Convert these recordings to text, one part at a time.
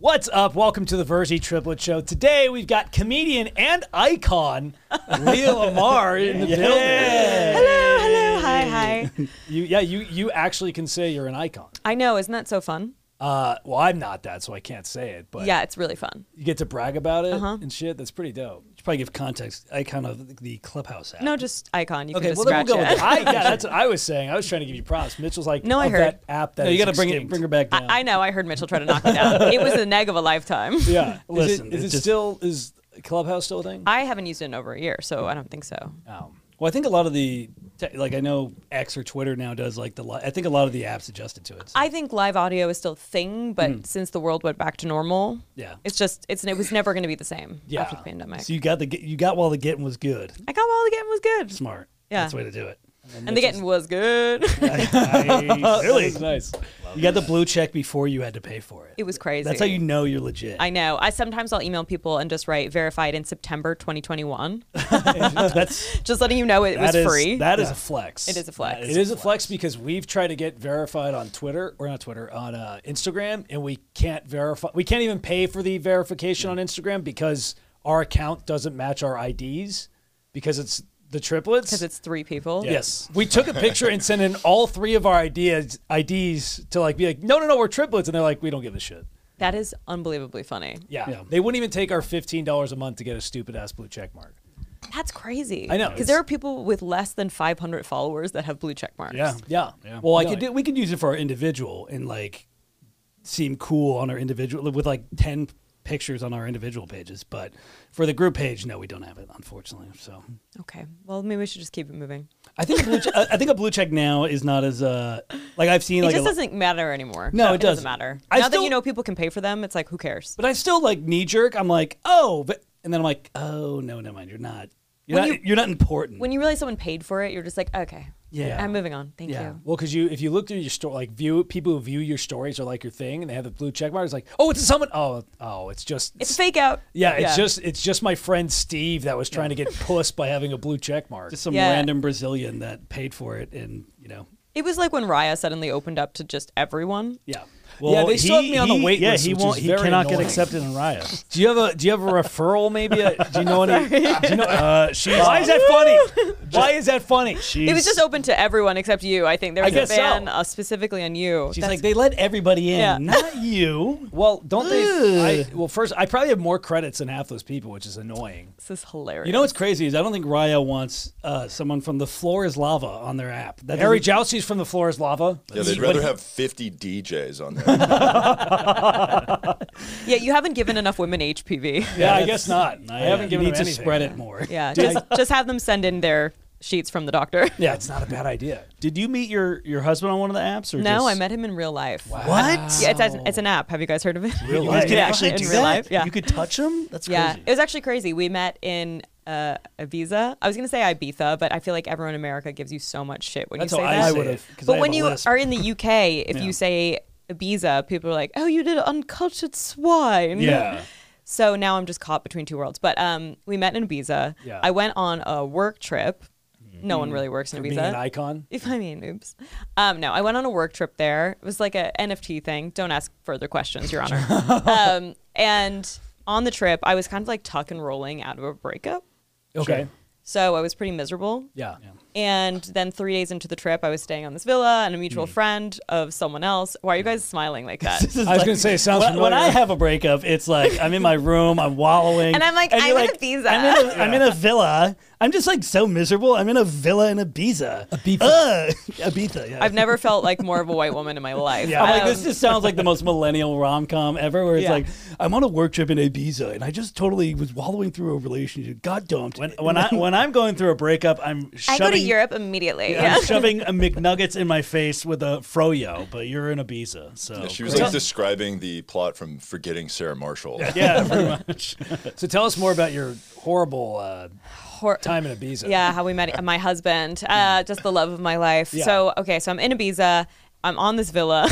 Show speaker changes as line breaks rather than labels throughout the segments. What's up? Welcome to the Verzi Triplet Show. Today we've got comedian and icon Leah Lamar in the building.
Hello, hello, hi, hi.
You, yeah, you you actually can say you're an icon.
I know, isn't that so fun?
Uh, well, I'm not that, so I can't say it. But
Yeah, Uh-huh. it's really fun.
you get to brag about it and shit. That's pretty dope. You should probably give context. Icon of the Clubhouse app.
No, just icon. You
Okay,
can just
well, then
scratch
we'll go
it.
with
I, yeah, that's what I was saying. I was trying to give you props. Mitchell's like,
No, I
of
heard.
that app. That
No, you
got to
gotta bring it, bring her back down.
I know. I heard Mitchell try to knock me down. It was the neg of a lifetime.
Yeah,
Is it-
listen. Is
is
it,
it just-
still is Clubhouse still a thing?
I haven't used it in over a year, so I don't think so.
Um,
Well, I think a lot of the te- like I know X or Twitter now does like the li- I think a lot of the apps adjusted to it. So.
I think live audio is still a thing, but since the world went back to normal,
Hmm. Yeah.
it's just it's it was never going to be the same
yeah.
after the pandemic.
So you got the get- you got while the getting was good.
I got while the getting was good,
Smart.
Yeah.
That's the way to do it.
and the getting was good.
really
Really?
nice.
You got the blue check before you had to pay for it.
it was crazy.
That's how you know you're legit.
I know. I sometimes I'll email people and just write verified in September 2021,
That's
just letting you know it was
that is-
free.
That is a flex.
It is a flex.
It is a flex because we've tried to get verified on Twitter or not Twitter on uh, Instagram, and we can't verify. We can't even pay for the verification on Instagram because our account doesn't match our IDs because it's the triplets.
because it's three people.
yes, we took a picture and sent in all three of our ideas IDs to like be like, no, no, no, we're triplets, and they're like, we don't give a shit.
That is unbelievably funny.
Yeah,
Yeah.
they wouldn't even take our fifteen dollars a month to get a stupid ass blue check mark.
That's crazy.
I know,
Because there
it's-
are people with less than 500 followers that have blue check marks.
Yeah.
Yeah.
Well, I
No,
could do, we could use it for our individual and like seem cool on our individual with like ten pictures on our individual pages, but for the group page, no, we don't have it unfortunately. So
Okay. Well, maybe we should just keep it moving.
I think a blue che- I I think a blue check now is not as uh like I've seen
It
like
just
a, lo-
doesn't matter anymore.
No,
doesn't
it doesn't.
matter.
I
now that you
still-
know people can pay for them, it's like, who cares?
but I still like knee jerk. I'm like oh, but and then I'm like oh no, never mind. You're not you're
When
not
you-
you, are not important.
When you realize someone paid for it, you're just like, okay.
Yeah.
I'm moving on. Thank
Yeah.
you.
Well, because you, if you look through your story, like view people who view your stories are like your thing, and they have the blue check mark. It's like, oh, it's someone. Oh, oh, it's just.
It's a fake out.
yeah, it's just it's just my friend Steve that was trying to get puss by having a blue check mark.
just some
Yeah.
random Brazilian that paid for it and you know
It was like when Raya suddenly opened up to just everyone.
yeah.
Yeah, they still have me on the wait
yeah,
list,
he
which
won't.
is
He
very
cannot get
annoying.
accepted in Riot.
do you have a do you have a referral? Maybe a, do you know any? Do you know,
she's-
why is that funny? Why is that funny?
It was just open to everyone except you. I think there
I
was a
guess so.
ban uh, specifically on you.
She's
That's-
like, they let everybody in,
Yeah.
not you.
Well, don't they? I,
Ugh.
well, first, I probably have more credits than half those people, which is annoying.
this is hilarious.
You know what's crazy is I don't think Raya wants uh, someone from the floor is lava on their app. That
Harry
doesn't-
Jousey's from the floor is lava.
Yeah, they'd
What
rather
he-
have 50 DJs on there.
yeah, you haven't given enough women HPV.
Yeah, I
that's-
guess not. I haven't given
need
him
to
anything.
spread it more.
Yeah, just just have them send in their sheets from the doctor.
Yeah, it's not a bad idea.
Did you meet your your husband on one of the apps? Or
No,
just-
I met him in real life.
What?
Yeah, it's, as, it's an app. Have you guys heard of it?
Real
You guys
life.
can
Yeah,
actually
in
do
real
that?
life, yeah.
You could touch him. That's
yeah,
crazy.
it was actually crazy. We met in uh, Ibiza. I was gonna say Ibiza, but I feel like everyone in America gives you so much shit when
That's
you
how
say
I
that.
would have. 'cause I
But
have
when
a
you
lisp.
are in the UK, if
Yeah.
you say Ibiza, people are like, "Oh, you did uncultured swine."
yeah,
So now I'm just caught between two worlds. But um, we met in Ibiza.
Yeah.
I went on a work trip. No one really works in Ibiza.
Being an icon.
If I mean, oops. Um, no, I went on a work trip there. It was like a NFT thing. Don't ask further questions, Your Honor. um, and on the trip, I was kind of like tuck and rolling out of a breakup.
Okay.
So I was pretty miserable.
Yeah.
And then three days into the trip, I was staying on this villa and a mutual friend of someone else. Why are you guys smiling like that?
Hmm. This is
I was
like-
gonna say, it sounds
when, when
familiar.
I have a breakup, it's like I'm in my room, I'm wallowing,
And I'm like,
you're
I'm in Ibiza.
I'm in, a, I'm in a villa. I'm just like so miserable. I'm in a villa in Ibiza. Ibiza. Ugh. Ibiza. Yeah.
I've never felt like more of a white woman in my life.
Yeah, I'm like,
Um,
this just sounds like the most millennial rom com ever. Where it's
Yeah.
like, I'm on a work trip in Ibiza, and I just totally was wallowing through a relationship, got dumped.
when when I when I'm going through a breakup, I'm
I
shoving
go to Europe immediately.
I'm shoving a McNuggets in my face with a froyo, but you're in Ibiza, so
she was like describing the plot from Forgetting Sarah Marshall.
yeah, pretty much.
So tell us more about your horrible uh,
Hor-
time in Ibiza.
Yeah, how we met e, my husband, uh, just the love of my life.
Yeah.
So okay, so I'm in Ibiza. I'm on this villa.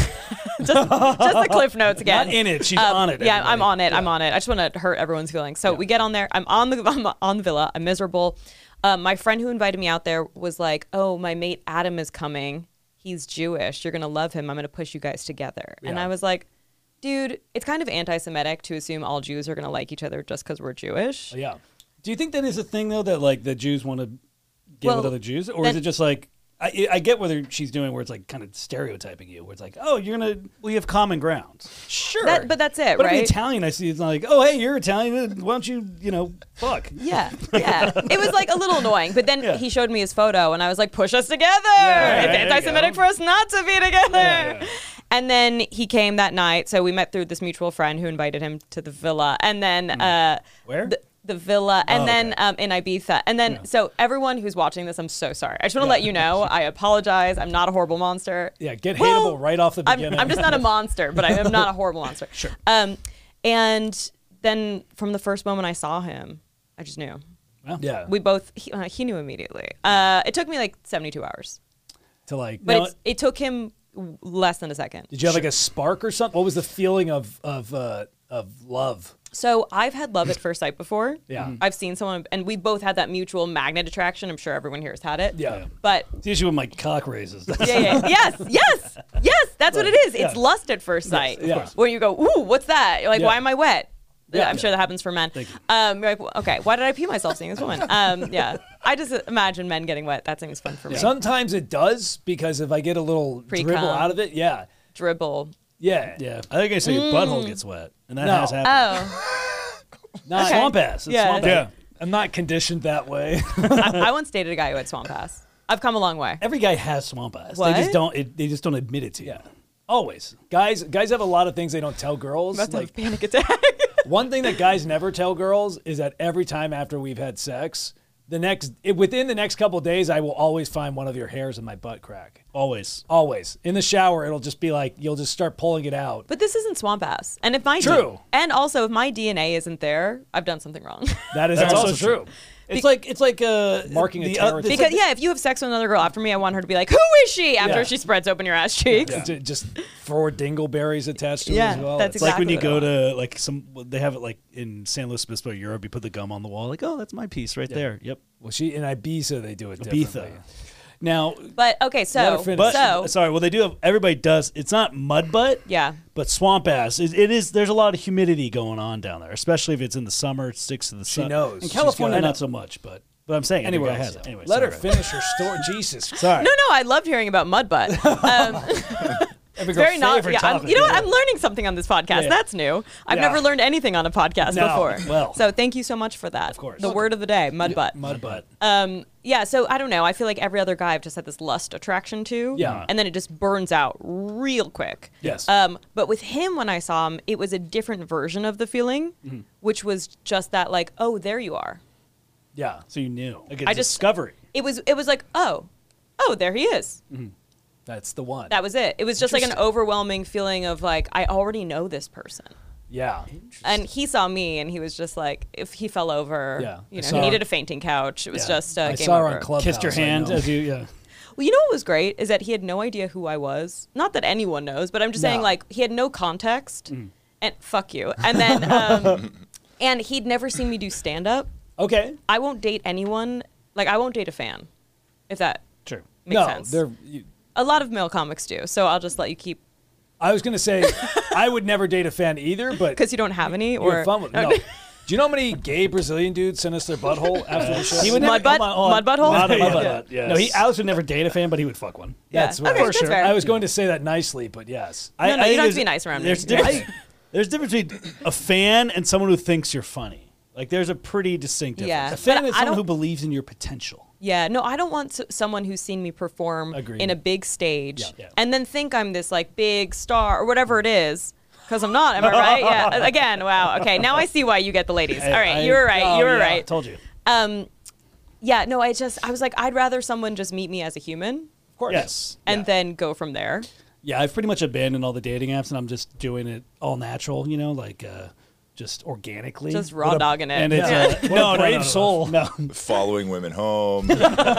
just, just the cliff notes again. Um,
Not in it, she's on it,
Yeah, I'm
everybody.
on it. I'm on it. I just want to hurt everyone's feelings. So we get on there. I'm on the I'm on the villa. I'm miserable. Um, my friend who invited me out there was like, "Oh, my mate Adam is coming. He's Jewish. You're gonna love him. I'm gonna push you guys together." And
Yeah.
I was like, dude, it's kind of anti-Semitic to assume all Jews are gonna like each other just because we're Jewish.
Yeah. Do you think that is a thing though that like the Jews want to get with
Well,
other Jews, or is
then-
it just like I, I get whether she's doing where it's like kind of stereotyping you, where it's like, oh, you're gonna
We have common ground.
sure,
That- but that's it,
But if you're
right?
Italian, I see it's not like, oh, hey, you're Italian, why don't you, you know, fuck?
Yeah, yeah. it was like a little annoying, but then
Yeah.
he showed me his photo, and I was like, "Push us together!
yeah,
it's
there you
anti-Semitic
go.
for us not to be together." And then he came that night, so we met through this mutual friend who invited him to the villa, and then uh,
Hmm. Where?
The, the villa, and
Oh,
then
okay.
um, in Ibiza, and then so everyone who's watching this, I'm so sorry. I just want to let you know, I apologize. I'm not a horrible monster.
Yeah, get hateable
Well,
right off the
I'm,
beginning.
I'm just not a monster, but I am not a horrible monster. Sure. Um, and then from the first moment I saw him, I just knew.
yeah,
We both he, uh, he knew immediately. Uh, it took me like 72 hours,
to like.
but
Now,
it's, it took him w- less than a second.
did you have like a spark or something? What was the feeling of of uh, of love?
So I've had love at first sight before.
Yeah. Mhm.
I've seen someone, and we both had that mutual magnet attraction. I'm sure everyone here has had it.
Yeah.
But
It's the issue with my cock raises.
yeah, yeah. yes, yes, yes. That's what it is. It's lust at first sight.
of course.
Where you go, ooh, what's that? You're like,
Yeah.
why am I wet?
Yeah.
I'm sure that happens for men. Um, you're like, "Well, okay, why did I pee myself seeing this woman? Um, yeah, I just imagine men getting wet. That seems fun for me.
Sometimes it does because if I get a little dribble
Pre-cum.
out of it, yeah,
Dribble.
yeah,
Yeah. I think I say
Mm.
your butthole gets wet, and that
No.
has happened.
Oh,
Not,
Okay.
Swamp ass. It's
Yeah.
swamp ass.
Yeah, I'm not conditioned that way.
I, I once dated a guy who had swamp ass. I've come a long way.
Every guy has swamp ass. They
What?
just don't. It, they just don't admit it to you.
Always, guys, guys have a lot of things they don't tell girls.
That's
like
a panic attack.
One thing that guys never tell girls is that every time after we've had sex, the next it, within the next couple days, I will always find one of your hairs in my butt crack.
Always.
Always in the shower, it'll just be like you'll just start pulling it out.
but this isn't swamp ass. And if my
True.
and also if my DNA isn't there, I've done something wrong.
That is
That's
also,
also
true.
It's like it's like uh,
Marking a
the, uh,
territory.
it's
because
like-
yeah, if you have sex with another girl after me, I want her to be like, "Who is she?" After
Yeah.
she spreads open your ass cheeks.
J- Just throw dingleberries attached to
Yeah,
it as well.
that's
It's
It's like when you
Exactly
go
what I
to like some, they have it like in San Luis Obispo, Europe. You put the gum on the wall, like, oh, that's my piece right there. Yep.
well, she in Ibiza they do it. Differently.
Ibiza. Now,
But okay,
Let
so
her finish.
but
so
sorry. Well, they do have. Everybody does. It's not mud butt.
yeah,
But swamp ass. It, it is. There's a lot of humidity going on down there, especially if it's in the summer. It sticks to the
She
sun.
knows.
In
She's
California,
got it.
not so much. But but I'm saying
Anywhere
anywhere
else,
has
yeah.
it. Anyway,
Let her
sorry about that.
finish her story. Jesus,
Sorry.
no, no, I loved hearing about mud butt. Um,
Every girl's
very not.
favorite
Yeah, I'm-
topic.
you know what? I'm learning something on this podcast.
Yeah.
That's new. I've
Yeah.
never learned anything on a podcast
No,
before.
well.
so thank you so much for that. Of
course.
the word of the day, mud butt.
Uh,
mud butt.
Um, yeah, so I don't know. I feel like every other guy I've just had this lust attraction to.
Yeah.
And then it just burns out real quick.
Yes.
Um, but with him, when I saw him, it was a different version of the feeling,
Mm-hmm.
which was just that, like, oh, there you are.
yeah.
So you knew. Like
I
I
just-
discovery.
It was, it was like, oh, oh, there he is.
Mm-hmm. That's the one.
That was it. It was just like an overwhelming feeling of, like, I already know this person.
yeah.
And he saw me, and he was just like, if he fell over,
Yeah. I
you know,
saw
he
her-
needed a fainting couch. It was just uh,
I
game
saw her
over.
on Clubhouse.
kissed your
I
hand
know.
as you. Yeah.
Well, you know what was great is that he had no idea who I was. Not that anyone knows, but I'm just saying
No.
like he had no context.
Mm.
And fuck you. And then um, and he'd never seen me do stand up.
Okay.
I won't date anyone. Like I won't date a fan. If that
True.
makes
no,
sense.
they're. You,
A lot of male comics do. So I'll just let you keep
I was gonna say I would never date a fan either, but
cuz you don't have any
you
or
had fun with no. Do you know how many gay Brazilian dudes sent us their butthole after the show?
He would never-
Mud butt?
oh my- oh,
Mud butthole?
Mud
Yeah.
butt.
Yeah.
No, he Alex would never date a fan, but he would fuck one.
Yeah.
That's
Okay,
right.
that's fair.
I was going to say that nicely, but yes.
I,
No, no, you
I
don't
think
have to be
there's-
nice around me.
There's
Yeah.
difference, there's difference between a fan and someone who thinks you're funny. Like there's a pretty distinct difference.
Yeah.
A fan
But
is
I
someone who
don't-
believes in your potential.
Yeah, no, I don't want s- someone who's seen me perform
Agreed.
in a big stage
Yeah.
and then think I'm this like big star or whatever it is. Because I'm not, am I right? Yeah. Again, wow. Okay, now I see why you get the ladies. All right,
I-
you were right.
oh,
you were
yeah,
right.
Told you.
Um, yeah. No, I just I was like, I'd rather someone just meet me as a human
Of course.
Yes.
and then go from there.
Yeah, I've pretty much abandoned all the dating apps, and I'm just doing it all natural. You know, like uh, just organically,
Just raw
What a-
dogging it.
And it's
Yeah.
uh,
What a
no, no,
brave
no, no,
soul.
No,
Following women home.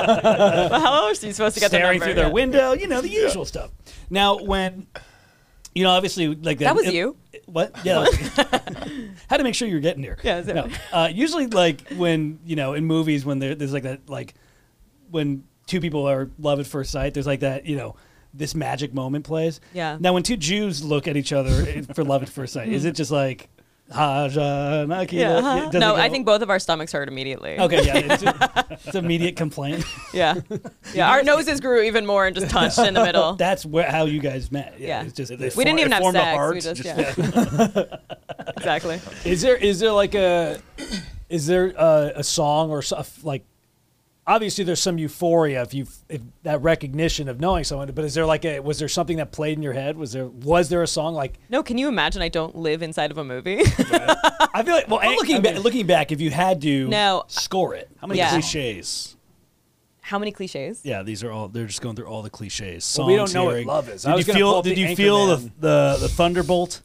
Well, how else are you supposed to get the
staring
number?
through their
Yeah.
window. You know, the usual stuff. Now, when you know, obviously, like
That was you.
What? Yeah. that was me. How to make sure you're getting here?
Yeah, so-
No. Uh, usually, like when you know, in movies, when there, there's like that, like when two people are love at first sight, there's like that, you know,
this magic moment plays.
Yeah. Hmm.
Now, when two Jews look at each other for love at first sight, is it just like Haja Naki?
Yeah. uh-huh. No, I think both of our stomachs hurt immediately.
Okay, yeah, it's, it's immediate complaint.
Yeah. Yeah. Our noses grew even more and just touched in the middle.
That's where how you guys met. Yeah,
Yeah.
it's just
we didn't
It
even have
formed a
sex.
heart,
we just,
just-
yeah. exactly.
Is there is there like a is there a, a song or so- like obviously there's some euphoria if you if that recognition of knowing someone but is there like a was there something that played in your head was there was there a song like
No, can you imagine? I don't live inside of a movie.
I feel like well,
Well,
looking
I
back,
mean-
looking back, if you had to
No.
score it,
How many
Yeah.
cliches?
How many cliches?
Yeah, these are all. They're just going through all the cliches. Songs,
Well, we don't know what
hearing.
love is. I
Did
was
you
gonna pull
feel?
up
Did
the
you feel the,
Anchorman.
the the thunderbolt?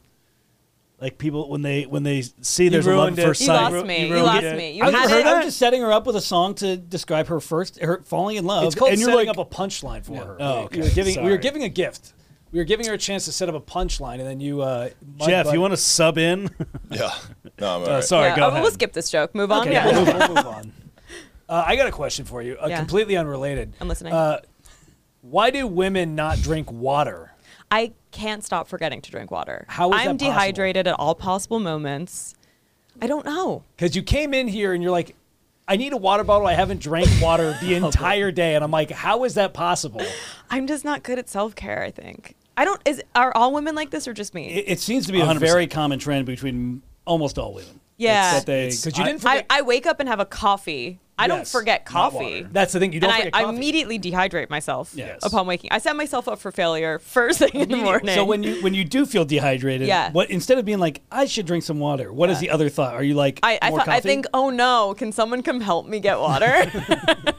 Like people when they when they see there's a love
ruined
at
it.
first
You
sight.
lost me. You,
ruined
lost
it.
me. You
I was,
had
just,
it.
I was just setting her up with a song to describe her first her falling in love.
it's called
and you're
setting
like,
up a punchline for her
Oh,
Like,
okay.
we were giving we were
Sorry.
giving a gift we were giving her a chance to set up a punchline and then you uh mud
Jeff,
butt-
you want to sub in?
Yeah. No, I'm all
Uh,
right.
sorry,
yeah.
go
oh,
ahead.
We'll skip this joke. Move on.
okay
yeah.
we'll, move, we'll move on uh, I got a question for you uh,
Yeah.
completely unrelated
I'm listening.
uh, why do women not drink water
I can't stop forgetting to drink water.
How is that
I'm
possible?
dehydrated at all possible moments. I don't know.
Because you came in here and you're like, I need a water bottle. I haven't drank water the entire day. And I'm like, how is that possible?
I'm just not good at self care. I think I don't. Is are all women like this or just me?
it, it seems to be a
100%.
very common trend between almost all women.
Yeah.
It's that they,
Because you didn't
I,
forget.
I wake up and have a coffee. I don't
Yes,
forget
not
coffee.
water.
that's the thing. You don't
and I,
forget
I
coffee.
immediately dehydrate myself
Yes.
upon waking. I set myself up for failure first thing in the morning.
So when you when you do feel dehydrated,
Yeah.
what instead of being like I should drink some water, what is
Yeah.
the other thought? Are you like
I, I,
more
thought- I
coffee?
think, oh no, can someone come help me get water?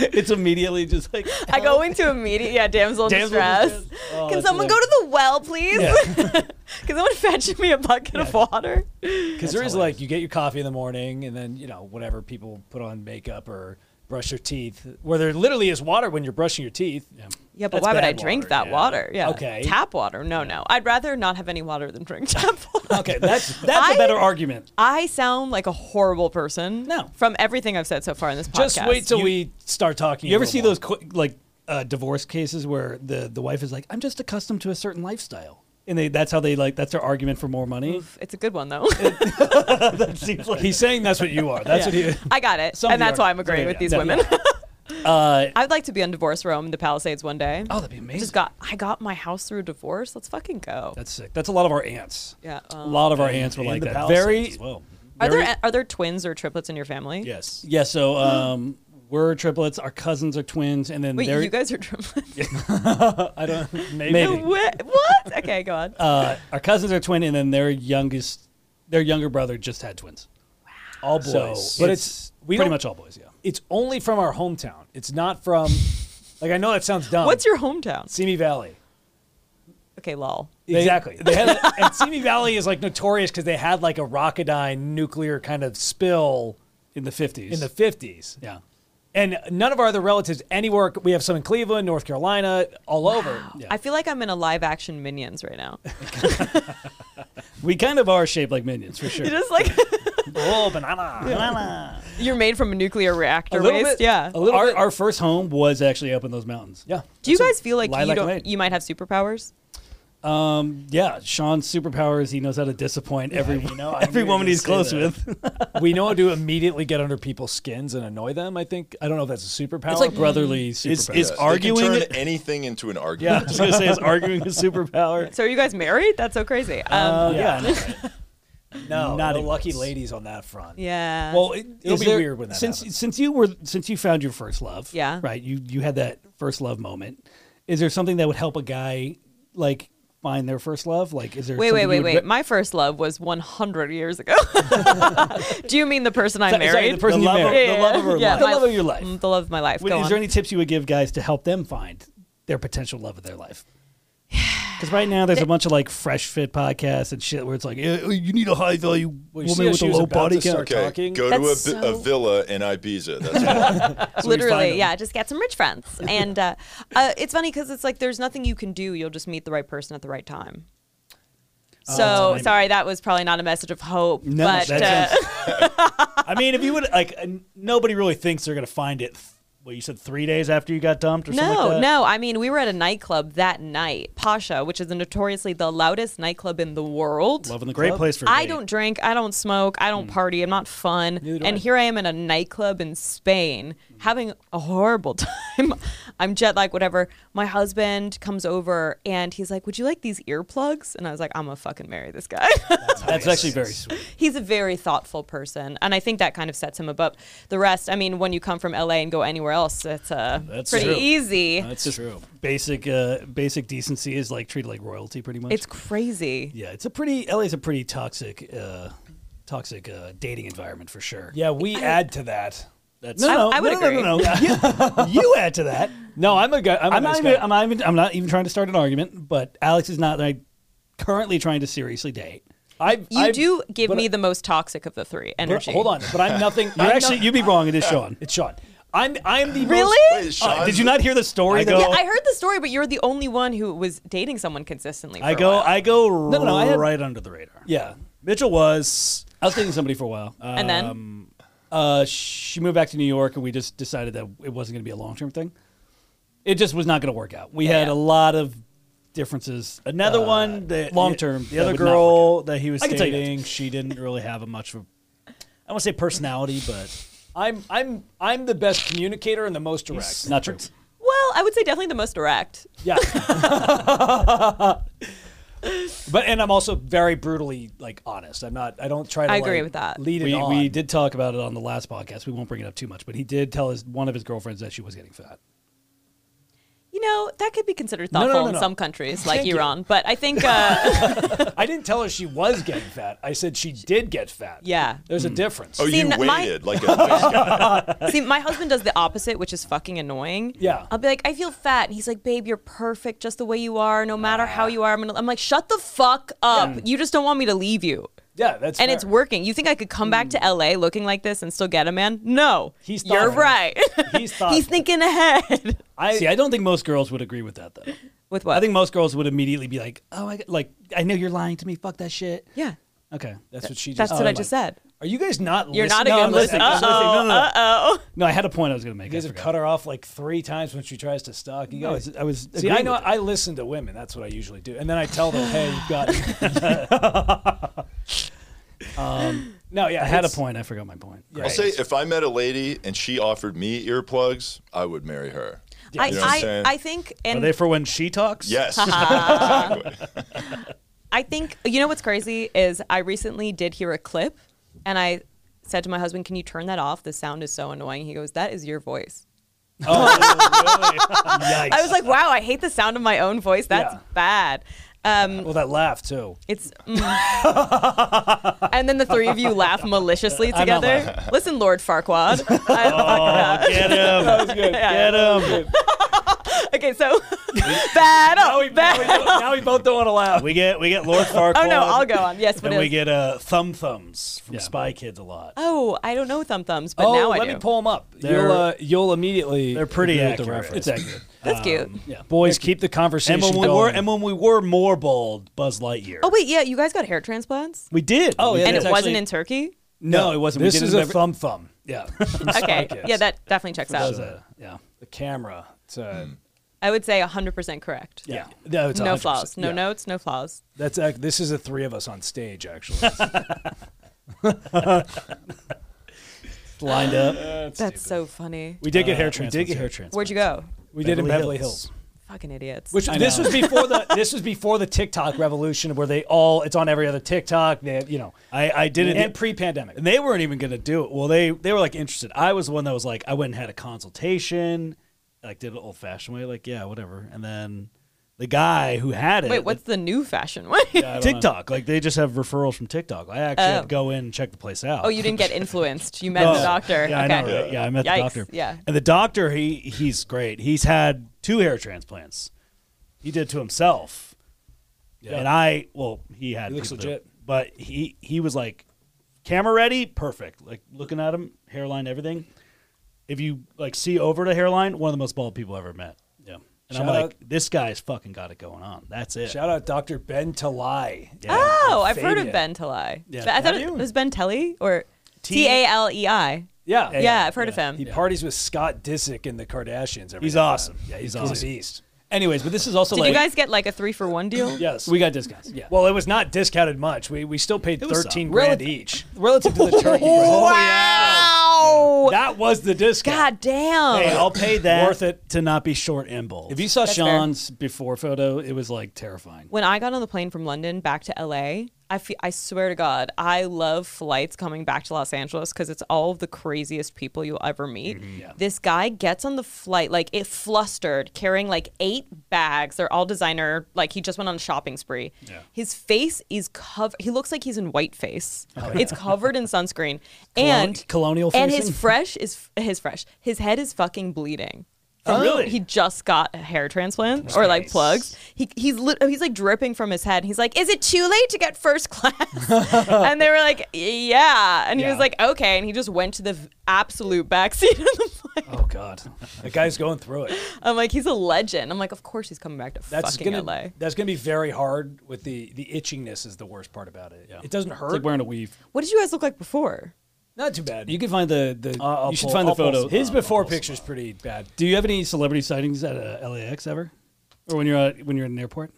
it's immediately just like
I go into immediate, yeah, damsel in
Damsel in
distress.
distress. Oh,
can
that's
someone go to the well, please? can someone fetch me a bucket of water?
Because there is like, you get your coffee in the morning and then, you know, whatever people put on makeup or brush their teeth, where there literally is water when you're brushing your teeth.
Yeah, but
That's
why would I
bad
drink
water,
that
yeah.
water? Yeah.
Okay.
Tap water. No, no. I'd rather not have any water than drink tap water.
okay, that's that's a
I-
better argument.
I sound like a horrible person.
No.
From everything I've said so far in this podcast.
Just wait till we start talking. a
You ever
little
see
more.
those qu- like uh, divorce cases where the the wife is like I'm just accustomed to a certain lifestyle, and they that's how they like that's their argument for more money.
It's a good one though.
that seems like
He's saying that's what you are. That's
Yeah.
what he.
I got it.
Some
and
of you
that's
are-
why I'm agreeing
yeah,
with
yeah,
these
yeah.
women.
uh,
I'd like to be on divorce row in the Palisades one day.
oh, that'd be amazing.
Just got I got my house through divorce. Let's fucking go.
that's sick. That's a lot of our aunts.
yeah.
A
Um,
lot of our
And-
aunts were
and
like
the
that.
Palisades
Very
as well.
are
very-
there are there twins or triplets in your family?
Yes.
Yeah, so um, we're triplets. Our cousins are twins, and then
Wait,
they're
you guys are triplets.
I don't. Maybe.
maybe
what? what? Okay, go on.
uh, our cousins are twin, and then their youngest, their younger brother just had twins.
All
So,
boys.
but it's,
we
pretty
don't-
much all boys. Yeah,
It's only from our hometown. It's not from. Like I know that sounds dumb.
What's your hometown?
Simi Valley?
Okay, lol.
They-
exactly. They had and Simi Valley is like notorious because they had like a Rocketdyne nuclear kind of spill
in the fifties.
in the fifties.
yeah,
And none of our other relatives anywhere. We have some in Cleveland, North Carolina, all over.
Yeah.
I feel like I'm in a live action Minions right now.
we kind of are shaped like minions for sure. Uh-huh.
You're just like
Oh, banana!
you're made from a nuclear reactor
A little
waste.
bit.
yeah.
A little
our,
bit-
our first home was actually up in those mountains.
Yeah.
Do you guys feel like you
lilac
don't,
light.
you might have superpowers?
Um, yeah. Sean's superpower is he knows how to disappoint every
you know, I knew
every
you were
woman
gonna
he's
say
close
that.
with.
we know how to immediately get under people's skins and annoy them. I think I don't know if that's a superpower. Mm.
It's like brotherly superpower.
Is-
Yeah,
is-
they can
arguing
turn
it-
anything into an
yeah, I
argument.
was gonna say is arguing his superpower.
So are you guys married? That's so crazy. Um,
Uh, yeah.
but no,
not
not
even
lucky
close.
ladies on that front.
yeah.
Well, Oh, it,
It'll
is
be
there-
weird when that
since
happens.
since you were since you found your first love.
Yeah.
Right. You you had that first love moment. Is there something that would help a guy like find their first love? Like, is there
Wait,
something
wait,
you
wait,
would
wait.
re-
My first love was 100 years ago. Do you mean the person I
Sorry,
married?
the person
the
you
love
married.
Of,
The love of her life. The
my-
love of your life.
mm, The love of my life.
Wait,
Go
is
on.
there any tips you would give guys to help them find their potential love of their life? Because right now there's a bunch of like fresh fit podcasts and shit where it's like eh, you need a high value
Well, you see
woman
how
with
she
a
was
low
about
body
to
count.
start
Okay,
talking.
go to a,
That's
vi-
so-
a villa in Ibiza. That's
we find
Literally,
them.
yeah. Just get some rich friends, and uh, uh, it's funny because it's like there's nothing you can do. You'll just meet the right person at the right time. So
maybe.
sorry, that was probably not a message of hope.
Oh, No,
but
that
uh,
sounds-
I mean, if you would like, uh, nobody really thinks they're gonna find it th-
what you said three days after you got dumped or something
No,
like that?
no. I mean, we were at a nightclub that night, Pasha, which is notoriously the loudest nightclub in the world.
Loving the
Great
club.
place for
I
date.
don't drink, I don't smoke, I don't party, I'm not fun.
Neither do
And
I. Hmm.
here I am in a nightclub in Spain having a horrible time. I'm jet lag, whatever. My husband comes over and he's like, Would you like these earplugs? And I was like, I'm gonna fucking marry this guy.
That's actually very sweet.
he's a very thoughtful person. And I think that kind of sets him above the rest. I mean, when you come from LA and go anywhere else, it's uh,
That's
pretty
true.
easy.
That's just true. Basic uh, basic decency is like treated like royalty pretty much.
It's crazy.
yeah, it's a pretty LA's a pretty toxic uh, toxic uh, dating environment for sure.
Yeah, we add to that.
That's
I-
no, no,
I would
no, no,
agree.
no, no, no. You, you add to that.
No, I'm a guy. I'm, a
I'm
nice
not even,
guy.
I'm not even I'm not even trying to start an argument, but Alex is not like currently trying to seriously date.
I-
You
I-
do give
but
me
I-
the most toxic of the three
but-
energy.
Hold on, but I'm nothing.
You
I'm
actually
not-
you'd be wrong. It is Sean.
it's Sean. I'm I'm the
Really?
most-
Wait, Sean,
Did you not hear the story?
I
though?
go-
Yeah, I heard the story, but you're the only one who was dating someone consistently. For
I
a
go,
while.
I go
no, no, I had-
right under the radar.
yeah,
Mitchell was
I was dating somebody for a while. Uh,
and then
um,
Uh, she moved back to New York, and we just decided that it wasn't going to be a long term thing. It just was not going to work out. We had
yeah.
a lot of differences.
another
uh,
one that
long term.
The other girl that he was
I can tell you that.
dating, she didn't really have a much of. a- I won't say personality, but
I'm I'm I'm the best communicator and the most direct.
not true.
well, I would say definitely the most direct.
Yeah. but and I'm also very brutally like honest. I'm not. I don't try to.
I agree
like,
with that.
Lead it
We,
on.
we did talk about it on the last podcast. We won't bring it up too much, but he did tell his one of his girlfriends that she was getting fat.
You know, that could be considered
no,
thoughtful
no,
in
no.
some countries like
Thank you.
Iran, but I think uh,
I didn't tell her she was getting fat. I said she did get fat.
Yeah.
There's
Hmm.
a difference.
Oh,
See,
you
n- my-
waited like a nice guy.
see, my husband does the opposite, which is fucking annoying.
Yeah.
I'll be like, I feel fat, and he's like, Babe, you're perfect just the way you are, no matter how you are. I'm, gonna, I'm like, Shut the fuck up!
Mm.
You just don't want me to leave you.
yeah, that's
And
fair.
it's working. You think I could come back to LA looking like this and still get a man? No.
He's
You're
thoughtful.
right.
He's thoughtful.
He's thinking ahead.
I,
See, I don't think most girls would agree with that though.
With what?
I think most girls would immediately be like, "Oh, I like I know you're lying to me. Fuck that shit."
yeah.
Okay.
that's what she
That's
just.
what I just said.
Are you guys not?
You're not a
listening?
good
I'm
listener.
listening. I'm listening. No,
Uh-oh,
no, no.
uh-oh.
No, I had a point I was going to make.
You guys
I
have
forgot.
cut her off like three times when she tries to stalk. You
I
guys,
was, I was
see, I
agreeing
know
with it.
I listen to women. That's what I usually do, and then I tell them, "Hey, you've got." um, no, yeah,
I had a
it's-
point. I forgot my point.
I'll say if I met a lady and she offered me earplugs, I would marry her.
I,
You know what I'm
I,
saying?
I think
are
and
they for when she talks?
Yes. Exactly.
I think you know what's crazy is I recently did hear a clip and I said to my husband, Can you turn that off? The sound is so annoying. He goes, That is your voice.
Oh,
I was like, Wow, I hate the sound of my own voice. That's
Yeah.
bad. Um,
Well, that laugh too.
It's. mm. and then the three of you laugh maliciously together. Listen, Lord Farquaad. I-
Get him.
That was good.
Yeah.
Get him.
okay, so bad.
Now we, now, we
bad.
don't, now we both don't want to laugh.
We get we get Lord Farquaad.
Oh no, I'll go on. Yes, but
And
it
we
is-
get uh, thumb thumbs from
Yeah.
Spy Kids a lot.
Oh, I don't know thumb thumbs, but
oh,
now I
let
do.
me pull them up.
They're-
you'll uh, you'll immediately.
They're pretty
agree With the
accurate.
reference.
It's accurate.
That's cute.
Yeah.
Boys, keep the conversation
and when we
going.
were and when we were more bold, Buzz Lightyear.
Oh wait, yeah, you guys got hair transplants,
we did. Oh
yeah,
and it
that's
wasn't
actually-
in Turkey.
No, it wasn't.
this
we did
is
it
a
every-
thumb thumb.
Yeah.
Okay,
Kids.
yeah, that definitely checks out.
That's a- yeah.
The camera. It's, uh,
Hmm.
I would say 100% correct.
yeah. No, it's
No
100%.
flaws, no
Yeah.
notes, no flaws.
That's ac this is the three of us on stage actually.
Lined up.
That's so funny.
We did
Uh,
get hair
we
transplants.
did get hair
yeah.
transplants.
Where'd you go?
We did in Beverly Hills.
Fucking idiots.
Which
I
this
know.
was before the this was before the TikTok revolution where they all it's on every other TikTok. They you know
I, I did it.
and pre-pandemic.
and they weren't even gonna do it. Well, they they were like interested. I was the one that was like, I went and had a consultation, like did it old fashioned way, like yeah, whatever. And then the guy who had it,
Wait, what's the new fashion way?
the- TikTok? Like they just have referrals from TikTok. I actually had
Oh.
to go in and check the place out.
Oh, you didn't get influenced. You met
No.
the doctor.
Yeah,
okay.
I know. Right? Yeah, I met
Yikes.
the doctor.
Yeah.
and the doctor, he he's great. He's had two hair transplants. He did to himself, and I. Well, he had.
He looks
people do-
legit.
but he he was like, camera ready, perfect. Like looking at him, hairline, everything. If you like see over the hairline, one of the most bald people I've ever met.
Yeah.
And
Shout
I'm like,
out-
this guy's fucking got it going on. That's it.
Shout out Dr. Ben Talai.
Yeah.
Oh, I've heard of
Fabian.
Ben Talai.
Yeah.
But I thought
Have
it
you?
was Ben Telly or
T-
T A L E I.
Yeah.
Yeah, I've heard of him.
He parties with Scott Disick and the Kardashians. Every
He's
now and
awesome.
then.
Yeah, he's
a
awesome.
beast.
Anyways, but this is also
Did
like
you guys get like a three for one deal?
Yes.
we got discounts. Yeah.
well, it was not discounted much. We we still paid
It was
thirteen
some.
grand
Relative-
each.
relative to the turkey.
Wow.
Oh, That was the discount.
God damn.
Hey, I'll pay that.
Worth it.
to not be short and bold. If you saw
That's fair.
Sean's before photo, it was like terrifying.
when I got on the plane from London back to LA, I fe- I swear to God, I love flights coming back to Los Angeles because it's all of the craziest people you'll ever meet.
Mm-hmm.
This guy gets on the flight like it flustered, carrying like eight bags. They're all designer. Like he just went on a shopping spree. His face is covered. He looks like he's in white face. It's covered in sunscreen and
Oh, colonial
And his
facing?
fresh is his fresh. His head is fucking bleeding.
Oh, really?
He just got a hair transplant or like plugs. He, he's lit oh, he's like dripping from his head. He's like, "Is it too late to get first class?" and they were like, "Yeah." And he was
Yeah.
like, "Okay." And he just went to the v- absolute backseat of the plane.
Oh God, the guy's going through it.
I'm like, "He's a legend." I'm like, "Of course he's coming back to
That's
fucking
gonna
LA."
that's gonna be very hard. With the the itchingness is the worst part about it. It doesn't hurt.
It's like wearing a weave.
What did you guys look like before?
not too bad.
You can find the the.
Uh, I'll
you should
pull-
find the
I'll pull-
photo.
His
Uh,
before picture's pretty bad.
Do you have any celebrity sightings at uh, LAX ever, or when you're at, when you're at an airport?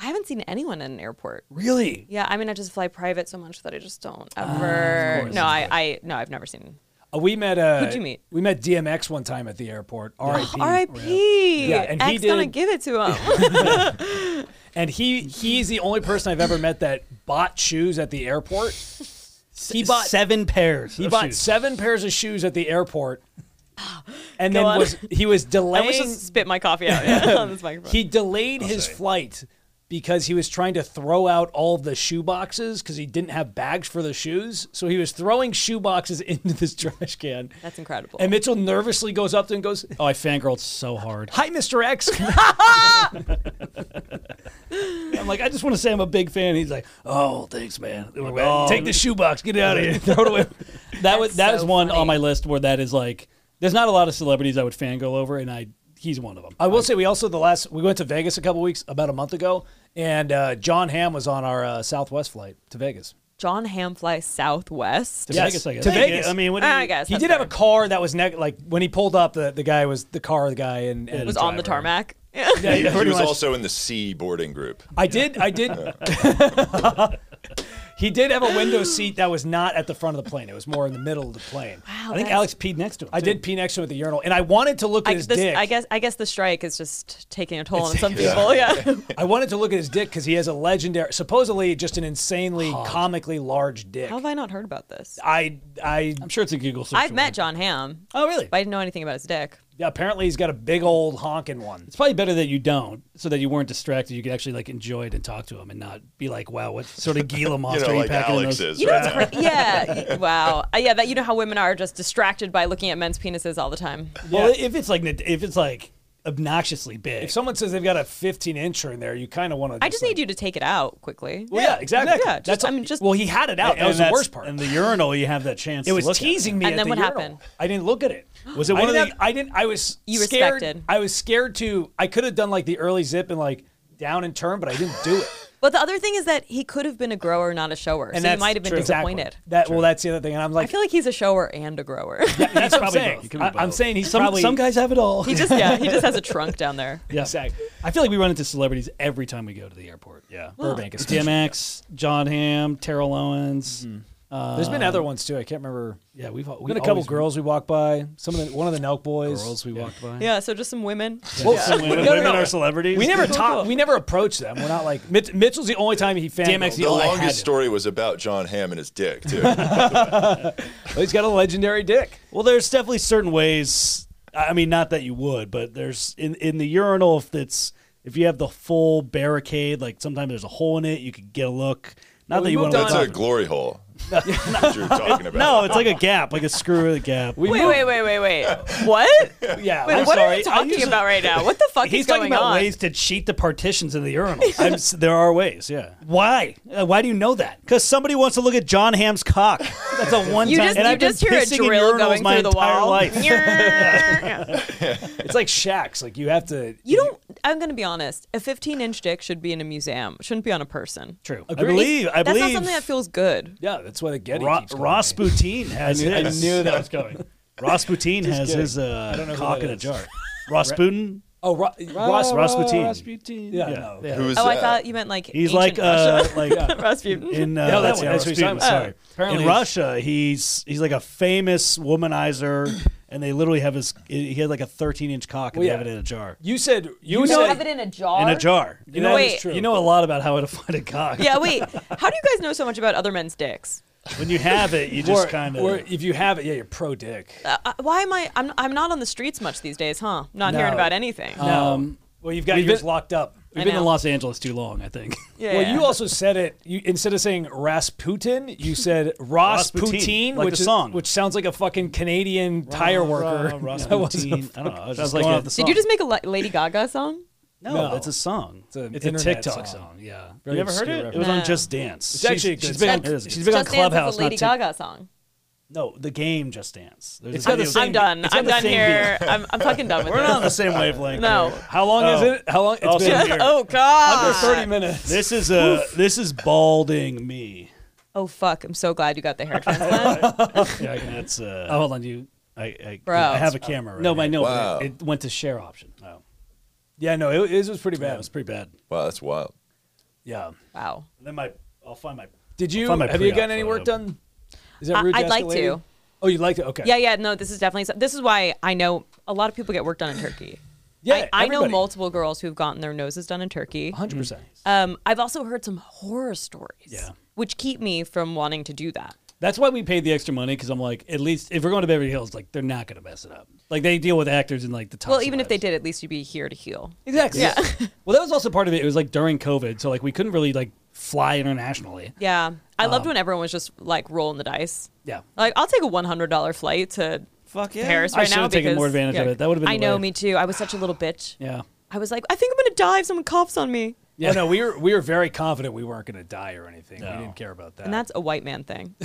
I haven't seen anyone in an airport.
Really?
Yeah, I mean, I just fly private so much that I just don't
Ah,
ever. no, I, I, no, I've never seen.
Uh, we met. Uh,
Who'd you meet?
We met DMX one time at the airport. R.I.P.
R.I.P.
Yeah, and he
X gonna
did-
give it to him.
And he he's the only person I've ever met that bought shoes at the airport. He bought
seven pairs.
He
of
bought
shoes.
seven pairs of shoes at the airport, and
Go
then
on.
was he was
I
delaying.
wish I spit my coffee out yeah, on this microphone.
he delayed his flight because he was trying to throw out all the shoe boxes because he didn't have bags for the shoes. So he was throwing shoe boxes into this trash can.
That's incredible.
And Mitchell nervously goes up to him and goes,
Oh, I fangirled so hard.
"Hi, Mr. X."
I'm like, I just want to say I'm a big fan. He's like, Oh, thanks, man. We're like, "Oh,
Take the shoe box. Get it out of here.
throw it away. That
That's
was that
so
is one
funny.
on my list where that is like. There's not a lot of celebrities I would fangirl over, and I he's one of them.
I will say we also the last we went to Vegas a couple weeks about a month ago, and uh, John Hamm was on our uh, Southwest flight to Vegas.
John Ham flies Southwest.
To
Yes,
Vegas, I guess.
to Vegas.
I mean, what do
Ah,
you-
I guess
He
that's
did have a
fair.
car that was neg- like when he pulled up, the, the guy was the car, the guy, and, and
Was on the
driver.
tarmac.
Yeah,
He, he
pretty
was
much.
also in the C boarding group.
I did, I did. he did have a window seat that was not at the front of the plane. It was more in the middle of the plane.
Wow,
I think
that's-
Alex peed next to him.
I
too.
did pee next to him at the urinal, and I wanted to look at
I,
his
this-
dick.
I guess I guess the strike is just taking a toll on
It's-
some
yeah.
people. Yeah.
I wanted to look at his dick because he has a legendary, supposedly just an insanely comically large dick.
How have I not heard about this?
I, I
I'm sure it's a Google search.
I've met
away.
John Ham,
Oh, really?
but I didn't know anything about his dick.
apparently he's got a big old honking one.
It's probably better that you don't, so that you weren't distracted. You could actually like enjoy it and talk to him, and not be like, "Wow, what sort of Gila
You
monster
know,
are you
like
packing in
Alex
those?"
is.
You know
right
what's
now.
cra- Yeah. y- Wow. Uh, yeah. That you know how women are just distracted by looking at men's penises all the time.
Well, if it's like if it's like obnoxiously big,
If someone says they've got a 15 incher in there, you kind of want to.
I just need you to take it out quickly.
Well, yeah, exactly.
Yeah, just- I mean, just-
well, he had it out.
And
that was the
that's-
worst part.
And the urinal, you have that chance.
It
to
was
look at.
teasing me.
And
at
then
the
what
urinal.
happened?
I didn't look at it.
Was it
I
one of
didn't
the-
have- I didn't. I was.
You
scared.
respected.
I was scared to. I could have done like the early zip and like down and turn, but I didn't do it.
But the other thing is that he could have been a grower, not a shower.
And
so
that
he might have been disappointed.
That well, that's the other thing. And I'm
I
like,
feel like he's a shower and a grower.
that's what I'm
probably
saying.
both. It could be
I, am
both.
saying he's
Some,
probably
some guys have it all.
he just yeah, he just has a trunk down there.
yeah.
Exactly.
I feel like we run into celebrities every time we go to the airport.
Yeah.
Burbank. Is
DMX, John Hamm, Terrell Owens.
Mm-hmm.
There's been other ones too. I can't remember.
Yeah, we've Uh, we
Been a couple
always-
girls we walked by. Some of the one of the Nelk boys.
Girls we walked by.
Yeah, so just some women.
Well,
Women,
no, no,
women
no.
are celebrities.
We never
Cool,
talked.
cool.
We never approached them. We're not like Mitch, Mitchell's the only time he fan.
DMX,
The
Oh, I had
longest
it.
story was about John Hamm and his dick, too.
He's got a legendary dick.
Well, there's definitely certain ways. I I mean, not that you would, but there's in in the urinal if it's if you have the full barricade, like sometimes there's a hole in it, you could get a look.
Well,
Not that
we
you
moved
want to.
That's a
on.
glory hole. That's what you're talking about.
No, it's like a gap, like a screw in a gap.
We
Wait,
moved-
wait, wait, wait, wait. What? Wait,
Yeah,
what
I'm
are
sorry.
you
I
talking
usually-
about right now? What the fuck
He's
is
talking
going
about
on?
ways to cheat the partitions in the urinal.
I'm, s- there are ways, yeah.
Why? Uh, why do you know that?
Because somebody wants to look at John Ham's cock. That's a one
You
time.
just,
and
you
I've been
just hear a
pissing in
drill
urinals
going
my
through the
entire
wall.
life.
It's like shacks. Like you have to.
you don't. I'm gonna be honest. A 15 inch dick should be in a museum. Shouldn't be on a person.
True. I
Agreed.
believe. I
That's
believe.
not something that feels good.
Yeah, that's why the Getty
Ra-
keeps coming.
Rasputin has
knew- I
his.
knew that was
coming. Rasputin has
kidding.
his uh,
know who
cock
that
in a
is.
jar. Rasputin.
Oh, Ra- Ras-
Rasputin.
Rasputin.
Yeah,
Yeah.
no.
Who is
Oh,
that?
I thought you meant like
uh, He's
ancient
like uh, like
Russia. Rasputin.
in uh,
that
that's
one.
yeah,
That's what he's
Rasputin,
talking about.
Sorry.
Oh. Apparently
in
it's-
Russia, he's he's like a famous womanizer, and they literally have his. He had like a 13 inch cock, and
Well,
they have it
yeah.
in a jar.
You said you,
you
said
have it in a jar.
In a jar. You
know, that
know,
Wait.
is true.
you know a lot about how to find a cock.
Yeah. Wait. How do you guys know so much about other men's dicks?
When you have it, you
or,
just kind
or
of.
if you have it, yeah, you're pro dick.
Uh, uh, why am I? I'm, I'm not on the streets much these days, huh? Not hearing
No.
about anything.
Um,
Well, you've got
We've
yours
been-
locked up.
I
We've been in
know.
Los Angeles too long, I think.
yeah.
Well, you also said it. You instead of saying Rasputin, you said Rasputin,
Rasputin, like
which
the
is-
song.
which sounds like a fucking Canadian tire worker.
Ra-
That wasn't
Rasputin. Oh, I don't know. I was
Sounds
just
like
going
a-
off the
Did
song.
you just make a La- Lady Gaga song?
No,
No.
that's a song. It's,
an
a
internet
TikTok song.
song.
Yeah,
Very
you ever heard
obscure
it? It
reference.
was on
No.
Just Dance.
It's actually a good
she's been,
song.
on- it is a good
She's been on
Just Dance is
Clubhouse.
a Lady
not Tik-
Gaga song.
No, the game Just Dance. There's
It's
a
got the
video
same-
game.
I'm done.
It's got
I'm
the
done
same
here. I'm, I'm fucking done with
We're not on the
this.
same wavelength.
No.
here.
How long is
Oh.
it? How long? It's
Also
been
here.
oh God.
under 30 minutes.
This is uh, this is balding me.
Oh fuck! I'm so glad you got the hair transplant.
Yeah, I can- that's uh,
Oh, hold on, you.
I, I,
Bro.
I have a camera. Right
No, my
here.
no.
Wow.
but It, it went to share option.
Oh,
Yeah, no, it, it was pretty
yeah,
bad.
it was pretty bad.
Wow, that's wild.
yeah.
Wow.
Then my I'll find my.
Did you
find my
have you
pre-op
gotten any work
photo.
done? Is
I-
Rude
I'd
Jasper
like
lady?
to.
Oh, you like it? Okay.
Yeah, yeah. No, this is definitely so- this is why I know a lot of people get work done in Turkey.
Yeah,
I, I know
everybody. Mm-hmm.
multiple girls who've gotten their noses done in Turkey.
100. percent
Um, I've also heard some horror stories,
Yeah.
which keep me from wanting to do that.
That's why we paid the extra money because I'm like, at least if we're going to Beverly Hills, like they're not going to mess it up. Like they deal with actors in like the top.
Well, even if they
celebs.
did, at least you'd be here to heal.
exactly.
Yeah.
well, that was also part of it. It was like during COVID, so like we couldn't really like fly internationally.
Yeah, I loved when everyone was just like rolling the dice.
Yeah.
Like, I'll take a one hundred dollar flight to
Fuck yeah.
Paris
I
right
should
now
have taken
because-
more advantage of it. That would've been
I
the
know,
way.
me too. I was such a little bitch.
Yeah.
I was like, I think I'm gonna die if someone coughs on me,
Oh no, we were we were very confident we weren't going to die or anything.
No.
We didn't care about that.
and that's a white man thing.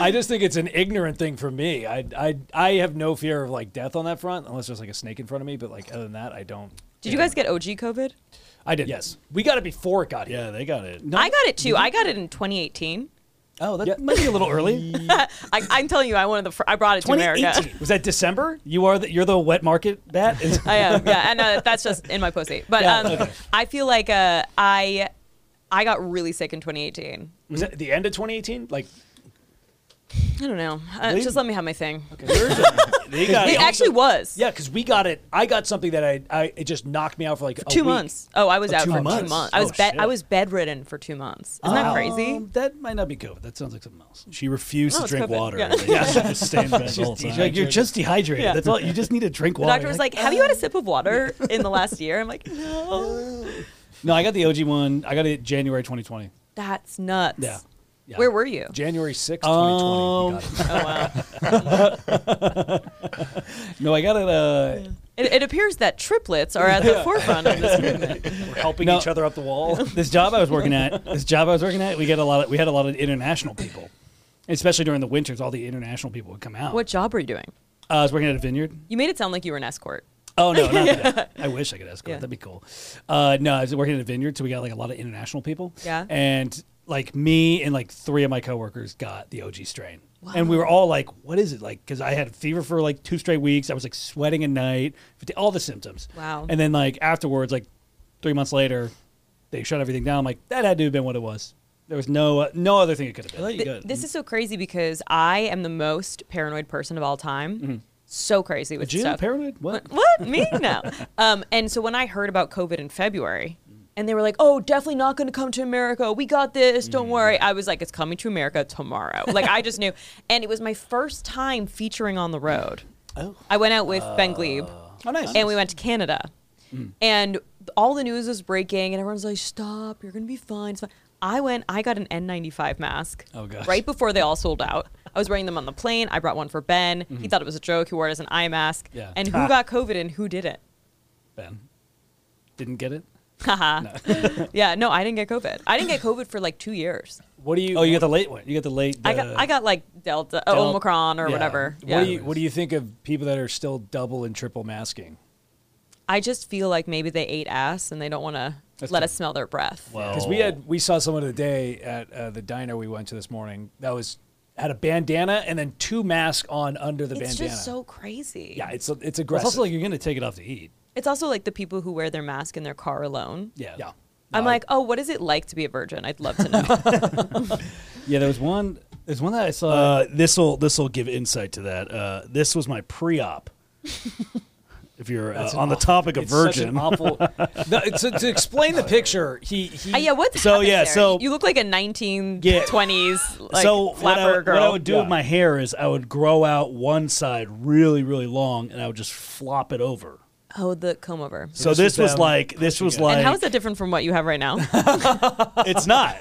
I just think it's an ignorant thing for me. I I I have no fear of like death on that front, unless there's like a snake in front of me. But like other than that, I don't.
Did you guys get OG COVID?
I did. Yes, we got it before it got here.
Yeah, they got it.
I got it too. I got it in 2018.
Oh, that
Yeah.
might be a little early.
Oh, I, I'm telling you, I wanted the. Fr- I brought it to America.
2018.
Was that December?
You are the, you're the wet market bat. Is-
I am, yeah, and uh, that's just in my pussy. But um, I feel like uh, I, I got really sick in 2018.
Was that the end of 2018? Like
I don't know. Uh,
They-
just let me have my thing.
They got
It
it.
actually was.
yeah, because we got it. I got something that I, I it just knocked me out for like a
Two
week.
months. Oh, I was out
two
for two
months.
months. I
Oh,
was bed.
shit.
I was bedridden for two months. Isn't that crazy?
Um, that might not be COVID. That sounds like something else.
She refused
No,
to
it's
drink
COVID.
water.
Yeah.
They just just stay in bed the whole
She's
time.
like, you're just dehydrated.
Yeah.
That's all. You just need to drink
The
water.
doctor was like, "Have you had a sip of water in the last year?" I'm like, "No,
no, I got the OG one. I got it January 2020.
that's nuts."
Yeah. Yeah.
Where were you?
January 6th,
Um,
2020. we got it.
Oh wow.
No, I got it. Uh,
It, it appears that triplets are at the forefront of this movement.
We're helping
No.
each other up the wall.
this job I was working at, this job I was working at, we get a lot. Of, we had a lot of international people, especially during the winters. All the international people would come out.
What job were you doing?
Uh, I was working at a vineyard.
You made it sound like you were an escort.
Oh no, not that. I wish I could escort.
Yeah.
That'd be cool. Uh, no, I was working at a vineyard, so we got like a lot of international people.
Yeah.
And like me and like three of my coworkers got the OG strain, and we were all like, "What is it like?" Because I had fever for like two straight weeks. I was like sweating at night, fatigue- all the symptoms.
Wow.
And then like afterwards, like three months later, they shut everything down. I'm like, that had to have been what it was. There was no uh, no other thing it could have been.
thought you
Th-
got-
this is so crazy because I am the most paranoid person of all time. So crazy with
Jim,
stuff.
paranoid? What?
what me no um and so when i heard about covid in february and they were like oh definitely not going to come to america we got this
Mm.
don't worry i was like it's coming to america tomorrow like i just knew and it was my first time featuring on the road oh. i went out with ben glebe
Oh, nice. Mm.
and we went to canada and all the news was breaking and everyone's like stop you're going to be fine, it's fine i went i got an n95 mask
Oh, gosh.
right before they all sold out i was wearing them on the plane i brought one for ben he thought it was a joke he wore it as an eye mask
Mm-hmm. Yeah.
and who got COVID and who didn't?
Ben didn't get it.
Haha. yeah, no, I didn't get COVID. I didn't get COVID for like two years.
What do you?
Oh, you got the late one. You got the late.
I got
uh,
I got like Delta, uh,
Del-
Omicron, or
yeah.
whatever.
What
What
Yeah.
do you? What do you think of people that are still double and triple masking?
I just feel like maybe they ate ass and they don't want to
That's
let
good.
us smell their breath.
Because we had we saw someone today at uh, the diner we went to this morning that was had a bandana and then two masks on under the
it's
bandana.
just so crazy.
yeah, it's it's
Well, it's
aggressive.
also like you're gonna take it off to eat.
It's also like the people who wear their mask in their car alone.
Yeah.
yeah.
I'm like, oh, what is it like to be a virgin? I'd love to know. Uh,
Yeah. There was one. There's one that I saw.
Uh, this will this will give insight to that. Uh, this was my pre-op. if you're uh,
That's an
on the
awful-
topic of
it's such
virgin,
an awful- No, to, to explain the picture, he, he
Uh, yeah, what's
So,
happened
yeah,
there?
so-
you look like a 1920s
Yeah.
like
so
flapper
what I, would-
girl.
what I would do
Yeah.
with my hair is I would grow out one side really really long and I would just flop it over.
oh, the comb over.
So
this was
this was
them
like this was
pushing it.
like
and how is that different from what you have right now?
it's not.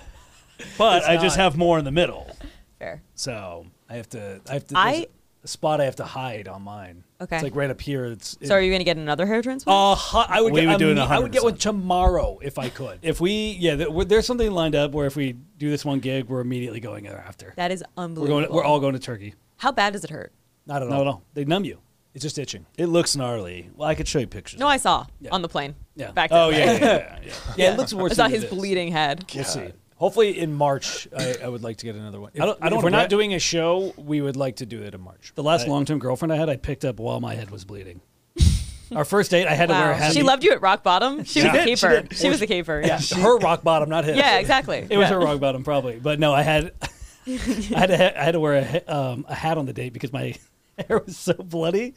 But I just
not.
have more in the middle.
Fair.
So
I have to I have to
I-
there's a spot I have to hide on mine.
Okay.
It's like right up here. It's
So are you going to get another hair transplant?
Uh, hu- I would
We
get
would do it
imme- I would get one tomorrow if I could.
if we, yeah, th- we're- there's something lined up where if we do this one gig, we're immediately going there after.
that is
We're
unbelievable.
going. We're all going to Turkey.
How bad does it hurt?
Not at all.
No, no, they numb you.
It's just itching.
it looks gnarly. Well, I could show you pictures.
No, I saw on the plane.
Yeah.
Back to
Oh
LA.
yeah, yeah, yeah, yeah.
Yeah, it looks worse.
I saw
than it
his
is.
bleeding head.
We'll see. Hopefully in March, I, I would like to get another one. I don't, I don't,
if
if we're
re-
not doing a show, we would like to do it in March.
The last long-term girlfriend I had, I picked up while my head was bleeding. Our first date, I had to wear a
Wow.
hat.
She loved you at rock bottom. She was a
did, she
keeper.
did.
She, was a keeper. Yeah.
Her rock bottom, not his.
Yeah, exactly.
It was
Yeah.
her wrong bottom, probably. But no, I had, I had, to ha- I had to wear a, ha- um, a hat on the date because my hair was so bloody.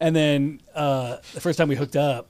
And then uh, the first time we hooked up,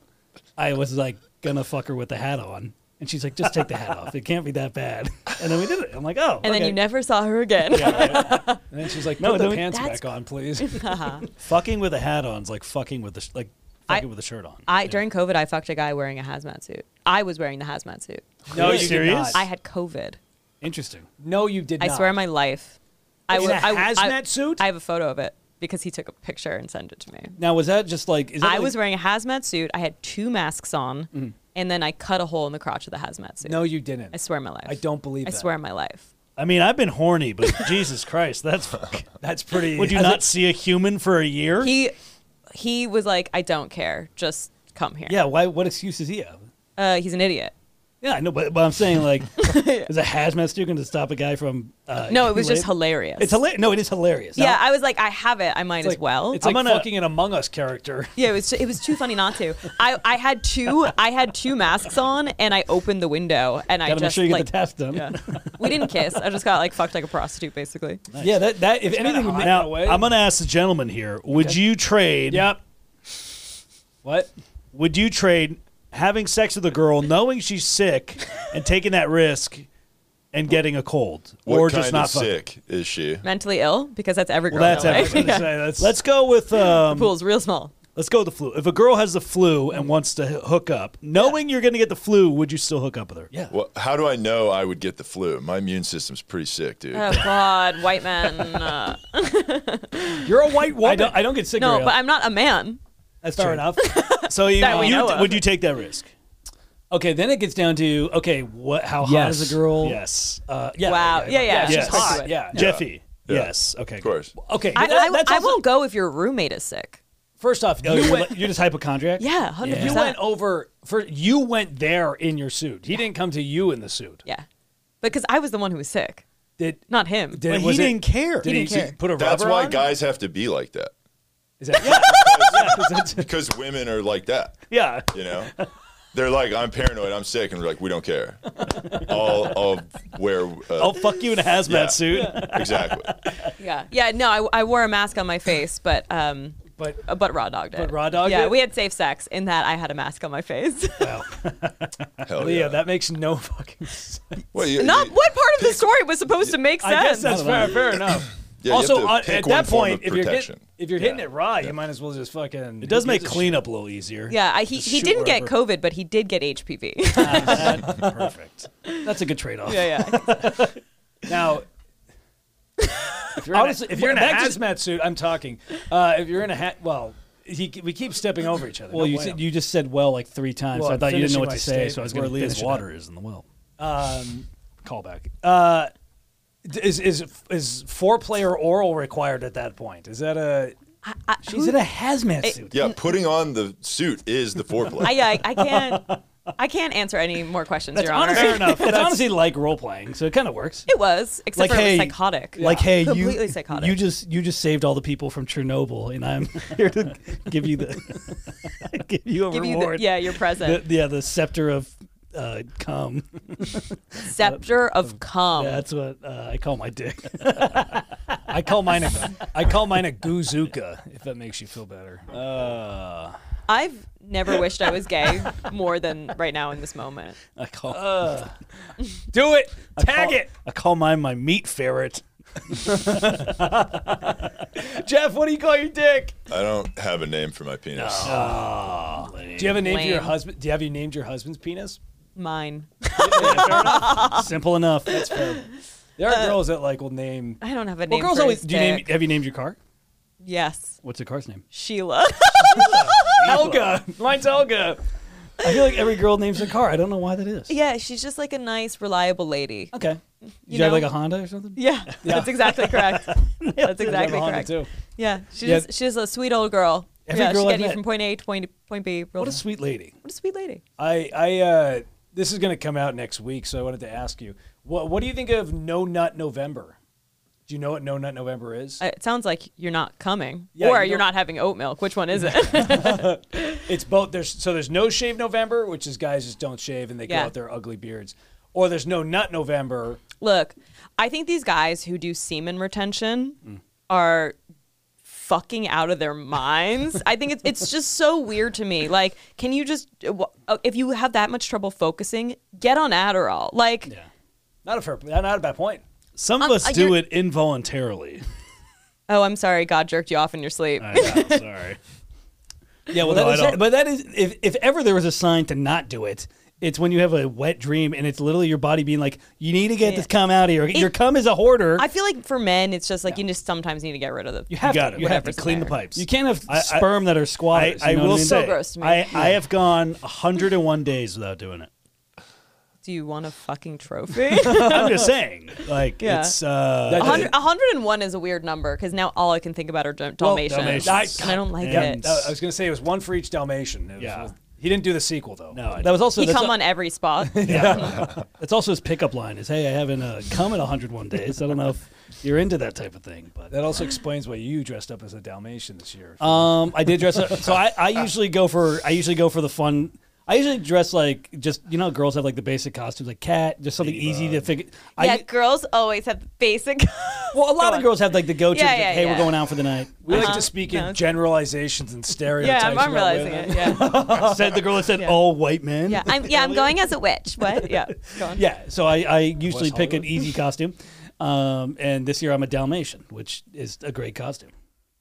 I was like gonna fuck her with the hat on, and she's like, "Just take the hat off. It can't be that bad." And then we did it. I'm like, "Oh."
And then
okay.
you never saw her again.
And then she's like, put
No,
the
don't-
pants
That's-
back on, please.
Haha.
Fucking with a hat on is like fucking with the sh- like
I-
fucking with a shirt on.
I during COVID, I fucked a guy wearing a hazmat suit. I was wearing the hazmat suit.
No,
Really?
you
Serious?
serious?
I had COVID.
Interesting.
No, you did
I
not.
swear on my life. I
In
wa-
a
I- I-
hazmat suit?
I have a photo of it because he took a picture and sent it to me.
Now was that just like? Is that
I
like-
was wearing a hazmat suit. I had two masks on, and then I cut a hole in the crotch of the hazmat suit.
Mm-hmm. No, you didn't.
I swear on my life.
I don't believe
I
that.
swear on my life.
I mean, I've been horny, but Jesus Christ, that's
That's pretty.
Would you
I
not see a human for a year?
He he was like, I don't care. Just come here.
Yeah. Why? What excuse does he have?
Uh, he's an idiot.
Yeah, I know, but, but I'm saying like, is a hazmat suit going to stop a guy from? Uh,
No, it was just
rape?
hilarious.
It's hilarious. No, it is hilarious.
Yeah, I was like, I have it. I might
It's
as
like-
well.
It's like
I'm gonna-
fucking an Among Us character.
Yeah, it was it was too funny not to. I, I had two I had two masks on and I opened the window and I
Gotta make
just
sure you
like
get the task done.
yeah. we didn't kiss. I just got like fucked like a prostitute basically.
Yeah, that that if anything would
hot.
make
now,
away.
I'm gonna ask the gentleman here. Would you trade?
Yep. What?
Would you trade having sex with a girl, knowing she's sick, and taking that risk, and getting a cold,
What
or
kind
just not
of
fucking?
sick is she?
Mentally ill because that's every girl.
Well, that's
in LA.
everything.
Yeah.
Say that's-
Let's go with um,
Pool's real small.
let's go with the flu. If a girl has the flu and wants to h- hook up, knowing you're gonna get the flu, would you still hook up with her?
Yeah.
Well, how do I know I would get the flu? My immune system's pretty sick, dude.
Oh god, white man. Uh,
You're a white woman.
I don't I don't get sick.
no,
very
but
often.
I'm not a man.
that's
Fair
true.
enough.
So you,
That we
you-
know of.
would you take that risk?
Okay, then it gets down to okay, what? How hot
Yes.
is a girl?
Yes.
Uh, yeah.
Wow. Yeah, yeah.
She's
Yes.
hot.
Yes.
Yeah.
Jeffy.
Yeah.
Yes. Okay.
Of course.
Okay.
I,
but that-
I,
that's
I
also-
won't go if your roommate is sick.
First off,
Oh,
you
you're,
went.
li- you're just hypochondriac.
Yeah, hundred
You
percent.
went over for you went there in your suit. He didn't come to you in the suit.
yeah, because I was the one who was sick,
Did
not him.
did
But he
was it-
didn't care.
Did
He
he,
didn't care.
put a
That's
rubber
why
on?
guys have to be like that.
Is that yeah.
Because women are like that,
Yeah.
you know? They're like, I'm paranoid, I'm sick, and we're like, we don't care. I'll, I'll wear. Uh,
I'll fuck you in a hazmat
Yeah.
suit.
Exactly.
Yeah, yeah. No, I, I wore a mask on my face, but um,
But
uh, but raw dogged it.
But raw dogged
Yeah,
it?
we had safe sex in that I had a mask on my face.
Hell
Leah,
yeah.
that makes no fucking sense.
Well, you-
Not
you-
what part of the story was supposed to make sense?
I guess that's fair, fair enough.
Yeah, you
also,
have to
on-
pick
at
one
that
form
point,
of
if you're hitting,
protection.
if you're hitting it raw, you might as well just fucking.
It does make cleanup a little easier.
yeah, I, he
Just
he
shoot
didn't get
wherever.
COVID, but he did get HPV.
Perfect.
That's a good trade-off.
yeah, yeah.
Now, if you're
Honestly,
in a, if you're in a
that just-
hazmat suit, I'm talking. Uh, if you're in a hat, well, he, we keep stepping over each other.
Well,
Don't
you
blame
said,
him.
you just said well like three times.
Well,
so I
I'm
thought you didn't know
finishing
what
my
to say, so
statement.
I was
Where
going to
Leah's
finish
water is in the well.
um, callback.
Uh,
Is is is foreplay or oral required at that point? Is that a?
I, I,
She's in a hazmat suit.
Yeah, putting on the suit is the foreplay.
I, I, I can't. I can't answer any more questions, Your Honor.
Fair enough.
It's honestly like role playing, so it kind of works.
It was, except
Like,
for it was
hey,
psychotic.
Like, hey,
completely
you,
psychotic.
you just you just saved all the people from Chernobyl, and I'm here to give you the give you a
Give you the,
reward.
yeah, your
The-
present
yeah, the scepter of uh, cum.
scepter of calm.
That's what uh, I call my dick.
I call mine a I call mine a goozuka if that makes you feel better.
I've never wished I was gay more than right now in this moment.
I call
Do it. Tag
call- I call mine my meat ferret.
it, Jeff. What do you call your dick?
I don't have a name for my penis.
Do you have a name for your
Lame.
husband? Do you have you named your husband's penis?
Mine.
Simple enough.
There are girls that like will name.
I don't have a name.
well, girls
for
always.
his
Do you name,
dick.
have you named your car?
Yes,
What's your car's name?
Sheila.
Helga. Mine's Helga.
I feel like every girl names their car. I don't know why that is.
yeah, she's just like a nice, reliable lady.
Okay. Did you,
You
have
know?
like a Honda or something?
Yeah, that's exactly correct. that's exactly
Honda
correct.
too.
Yeah, she's
Yeah.
she's a sweet old girl.
Every
yeah,
girl
she
I've
got you
met.
from point A to point point B. Real
What a
nice.
sweet lady.
what a sweet lady.
I I uh, this is going to come out next week, so I wanted to ask you what what do you think of No Nut November? Do you know what No Nut November is?
Uh, It sounds like you're not coming,
Yeah,
or
you
you are
don't-
not having oat milk. Which one is it?
it's both. There's so there's No Shave November, which is guys just don't shave and they grow
Yeah.
out their ugly beards, or there's No Nut November.
Look, I think these guys who do semen retention are fucking out of their minds. I think it's it's just so weird to me. Like, can you just uh, if you have that much trouble focusing, get on Adderall. Like,
Not a fair, not a bad point.
Some of
Um,
us
uh,
do
you're-
it involuntarily.
oh, I'm sorry, God jerked you off in your sleep.
I know, sorry.
Yeah, well,
No,
that
I
is,
don't.
but that is if, if ever there was a sign to not do it, it's when you have a wet dream and it's literally your body being like, you need to get this cum out of here. your cum is a hoarder.
I feel like for men, it's just like you just sometimes need to get rid of the.
you have
got
to.
it.
You have to
Whatever's
clean
there.
the pipes.
You
You can't have
I- I-
sperm that are
I,
squatters.
I
you know what
will
mean?
say,
gross to me.
I, I have gone 101 days without doing it.
Do you want a fucking trophy?
I'm just saying, like
Yeah.
it's uh,
A hundred- a hundred and one is a weird number because now all I can think about are Dal- Dalmatians.
Dalmatians.
And I don't like
Yeah.
it.
Uh, I was going to say it was one for each Dalmatian. It was-
Yeah.
he didn't do the sequel though.
no. I-
That was also
he
that's,
come on every spot.
that's also his pickup line is, hey, I haven't uh, cum in 101 days. I don't know if you're into that type of thing, but
That also explains why you dressed up as a Dalmatian this year.
Uh,
Um, I did dress up. So I, I usually go for I usually go for the fun. I usually dress like just you know how girls have like the basic costumes like cat, just something easy to figure.
yeah,
I,
girls always have basic.
well, a
Go
lot of
on.
girls have like the go to.
Yeah,
like,
yeah,
hey, we're
yeah.
going out for the night.
we like to speak in
uh, No.
generalizations and stereotypes.
yeah, I'm, I'm
about
realizing
women.
it. Yeah,
said the girl that said, "Oh, white men."
yeah, I'm, yeah, I'm going as a witch. What? Yeah, go on.
Yeah, so I, I usually
West
pick an
Hollywood.
easy costume, um, and this year I'm a Dalmatian, which is a great costume.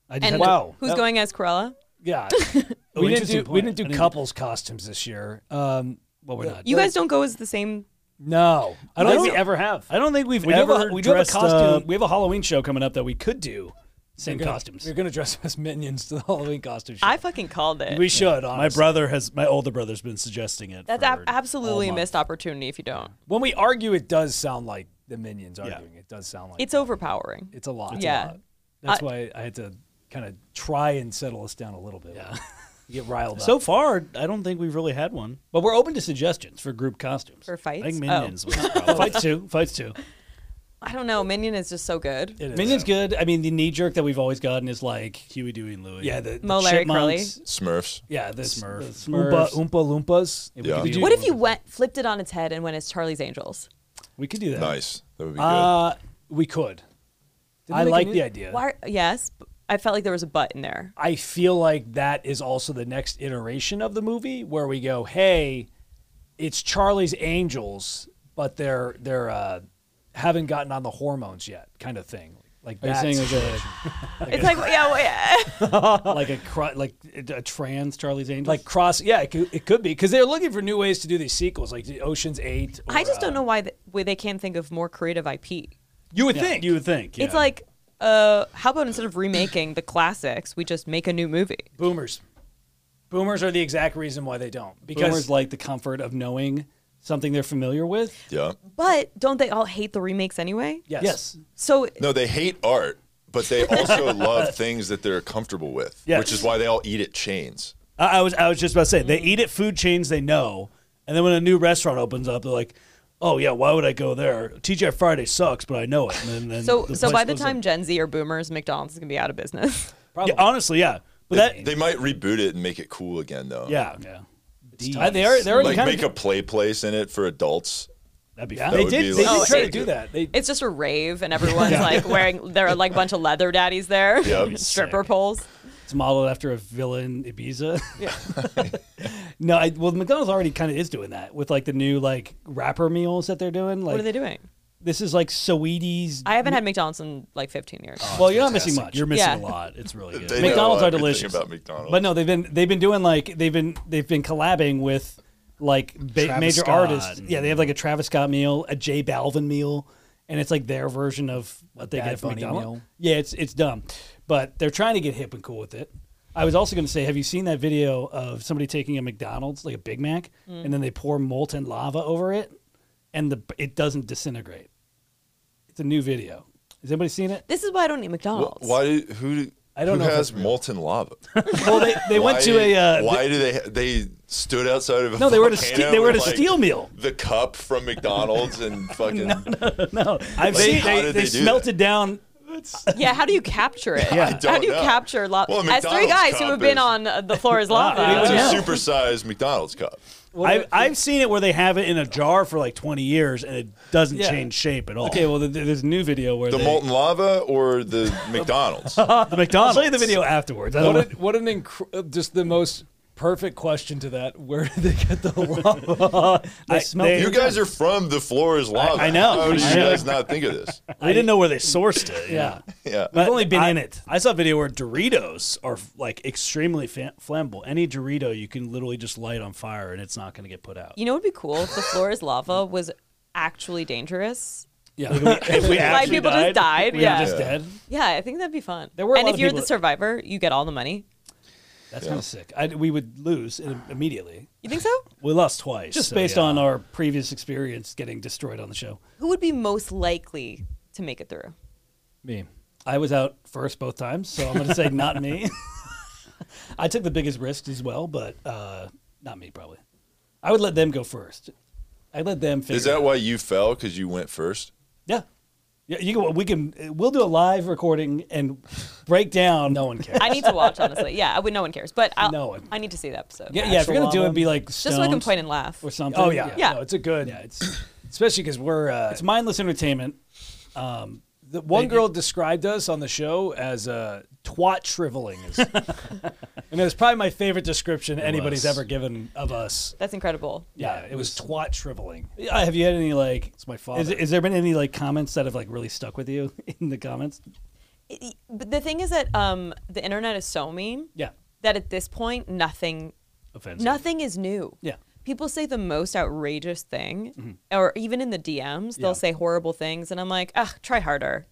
I just
And
had to-
who's going as Cruella?
Yeah,
Oh,
we didn't
interesting
do we
point.
didn't
I
do couples costumes this year. Um,
Well, we're not.
You guys don't go as the same.
no, I don't
I
think we
don't-
ever have.
I don't think we've
We do have
ever.
a-
we do have a
dressed
costume.
up-
We have a Halloween show coming up that we could do same
We're gonna-
costumes.
We're gonna dress up as minions to the Halloween costume show.
I fucking called it.
we should. Honestly.
my brother has my older brother's been suggesting it.
That's
for
ab-
all
absolutely a
month.
missed opportunity if you don't.
When we argue, it does sound like the minions arguing. It does sound like
It's overpowering.
it's a lot.
yeah.
It's a lot. That's
I-
why I had to kind of try and settle us down a little bit. Yeah, get riled
So
up.
far, I don't think we've really had one.
But we're open to suggestions for group costumes.
For fights?
I think
Oh.
minions. was the problem.
fights too. Fights too.
I don't know. Minion is just so good.
It is.
Minion's good. I mean, the knee jerk that we've always gotten is like,
Huey, Dewey, and Louie.
yeah, the, the
Mo, Larry,
chipmunks.
Smurfs.
Yeah, the
Smurf.
Smurf.
Oompa, Oompa Loompas.
Yeah,
Yeah.
We, could do,
What if you went flipped it on its head and went as Charlie's Angels?
we could do that.
Nice. That would be good.
Uh, we could. I
they make
like
a new-
the idea.
Why? Yes, b- I felt like there was a butt in there.
I feel like that is also the next iteration of the movie where we go, hey, it's Charlie's Angels, but they're they're uh, haven't gotten on the hormones yet, kind of thing. Like
Are you
that's-
saying like a
It's like yeah, well, yeah.
like a cro- like a trans Charlie's Angels?
like cross? Yeah, it could, it could be because they're looking for new ways to do these sequels, like the Ocean's Eight.
I
or,
just
uh,
don't know why, th- why they can't think of more creative IP.
You would think
You would think.
It's
yeah.
like, uh, how about instead of remaking the classics, we just make a new movie?
boomers. Boomers are the exact reason why they don't because
boomers like the comfort of knowing something they're familiar with.
Yeah.
But don't they all hate the remakes anyway?
Yes.
Yes.
So
No, they hate art, but they also love things that they're comfortable with,
Yes.
which is why they all eat at chains.
I, I was I was just about to say they eat at food chains they know, and then when a new restaurant opens up, they're like, "Oh yeah, why would I go there? TGI Friday sucks, but I know it." And then, then
so so
place
by the
goes
time
up.
Gen Z or boomers, McDonald's is gonna be out of business.
Yeah, honestly, yeah, but that
They might reboot it and make it cool again, though.
yeah,
Yeah.
I-
they are. They already
Like
kind
make
of.
a play place in it for adults.
that'd be
yeah,
fun.
that
they
would be
did. They
like-
did try
Oh,
to do that. They
It's just a rave and everyone's like wearing there are like a bunch of leather daddies there.
Yep.
Stripper poles.
It's modeled after a villa in Ibiza. no, I, well, McDonald's already kind of is doing that with like the new like wrapper meals that they're doing. Like
What are they doing?
this is like Sweeties.
I haven't had McDonald's in like 15 years.
well, you're not missing much.
You're missing
Yeah.
a lot. It's really good.
They know
McDonald's are
everything
delicious.
About McDonald's.
But no, they've been they've been doing like they've been they've been collabing with like ba-
Travis
major
Scott
artists.
and-
Yeah, they have like a Travis Scott meal, a J Balvin meal, and it's like their version of what they
Bad
get from
Bunny meal.
McDonald's. Yeah, it's it's dumb, but they're trying to get hip and cool with it. I was also going to say, have you seen that video of somebody taking a McDonald's like a Big Mac, and then they pour molten lava over it, and the it doesn't disintegrate. It's a new video. Has anybody seen it?
This is why I don't eat
Wh-
McDonald's.
why? do- Who?
I don't
who
know if
has
it's real.
molten lava?
Well, they, they went to a uh,
why do they? ha- They stood outside of a
no, they were at a
volcano
ste- they were at a
with, like,
steel meal.
The cup from McDonald's and fucking.
No,
Like,
I've seen
how
they,
did
they
they do
melted down.
Yeah, how do you capture it?
I
how
don't
do you
know.
capture lava?
Well,
As three
McDonald's
guys who
cup
have been
is-
on uh, the floor is lava.
Ah,
It's
I
a
know.
supersized McDonald's cup.
I've, I've seen it where they have it in a jar for like 20 years and it doesn't
Yeah.
change shape at all.
Okay, well, th- th- there's a new video where
The
they, Oh,
molten lava or the McDonald's?
the McDonald's.
I'll show you the video afterwards. I don't
What,
know.
an what an inc- just the most perfect question to that. Where did they get the lava?
I,
smelled
You guys are from the floor is lava.
I know.
How did
I
you
know.
guys not think of this?
I didn't know where they sourced it.
yeah.
Yeah.
But
only been
I-
in it.
I saw a video where Doritos are like extremely fa- flammable. Any Dorito you can literally just light on fire and it's not going to get put out.
You know what would be cool if the floor is lava was actually dangerous?
yeah.
If we
Like
actually
people just died.
we
yeah.
were just dead.
yeah, I think that'd be fun.
There were a
and
lot
if
of
you're
people
the
that-
survivor, you get all the money.
That's kind of sick. I, we would lose im- immediately,
You think so?
we lost twice.
just
so
based
yeah.
on our previous experience getting destroyed on the show.
Who would be most likely to make it through?
Me, I was out first both times, so I'm going to say not me. I took the biggest risks as well, but uh, not me probably. I would let them go first. I let them figure.
Is that
it
why you fell? Because you went first?
Yeah. Yeah, you can, we can. We'll do a live recording and break down. No one cares.
I need to watch, honestly. Yeah, I would, no one cares. But I'll,
No one.
I need to see the episode.
yeah, yeah. If you're gonna do it, be like
Just so I can
Stones
point and laugh.
or something.
Oh yeah,
Yeah.
No, it's a good.
Yeah, it's
especially because we're uh,
it's mindless entertainment. Um,
the one girl described us on the show as uh, twat shriveling, is, and it's probably my favorite description anybody's
was.
ever given of us.
That's incredible.
Yeah, it was twat shriveling.
Yeah, Have you had any like?
It's my
Is,
father.
is there been any like comments that have like really stuck with you in the comments?
It- But the thing is that um, the internet is so mean
Yeah.
that at this point, nothing
Offensive.
Nothing is new.
Yeah. Mm-hmm.
People say the most outrageous thing, or even in the DMs, they'll
Yeah.
say horrible things, and I'm like, ugh, try harder.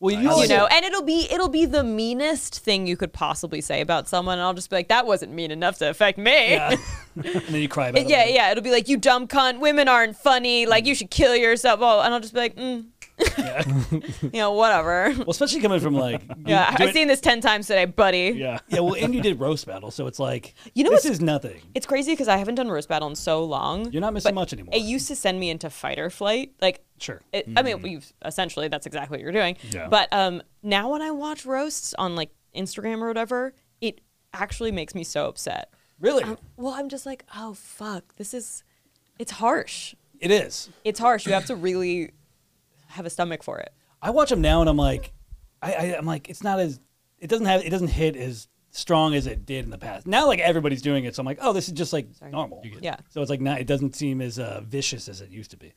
Well, you,
You
also-
know, and it'll be it'll be the meanest thing you could possibly say about someone, and I'll just be like, that wasn't mean enough to affect me. Yeah,
and then you cry about it.
yeah,
later.
It'll be like, you dumb cunt, women aren't funny, like
Mm.
you should kill yourself. Oh, and I'll just be like, mm. you know, whatever.
Well, especially coming from like.
Yeah,
you
I've
do it-
seen this ten times today, buddy.
Yeah.
Yeah, well, and you did roast battle, so it's like
You know
this
what's-
is nothing.
It's crazy because I haven't done roast battle in so long.
You're not missing
but
much anymore.
It used to send me into fight or flight. Like
Sure.
it, I
Mm.
mean, we've essentially that's exactly what you're doing.
Yeah.
But um, now when I watch roasts on like Instagram or whatever, it actually makes me so upset.
Really,
Well, I'm just like, oh fuck, this is, it's harsh.
it is.
It's harsh. You have to really have a stomach for it.
I watch them now, and I'm like, I, I I'm like, it's not as it doesn't have it doesn't hit as strong as it did in the past. Now, like everybody's doing it, so I'm like, oh, this is just like normal.
Yeah.
So it's like not it doesn't seem as uh, vicious as it used to be.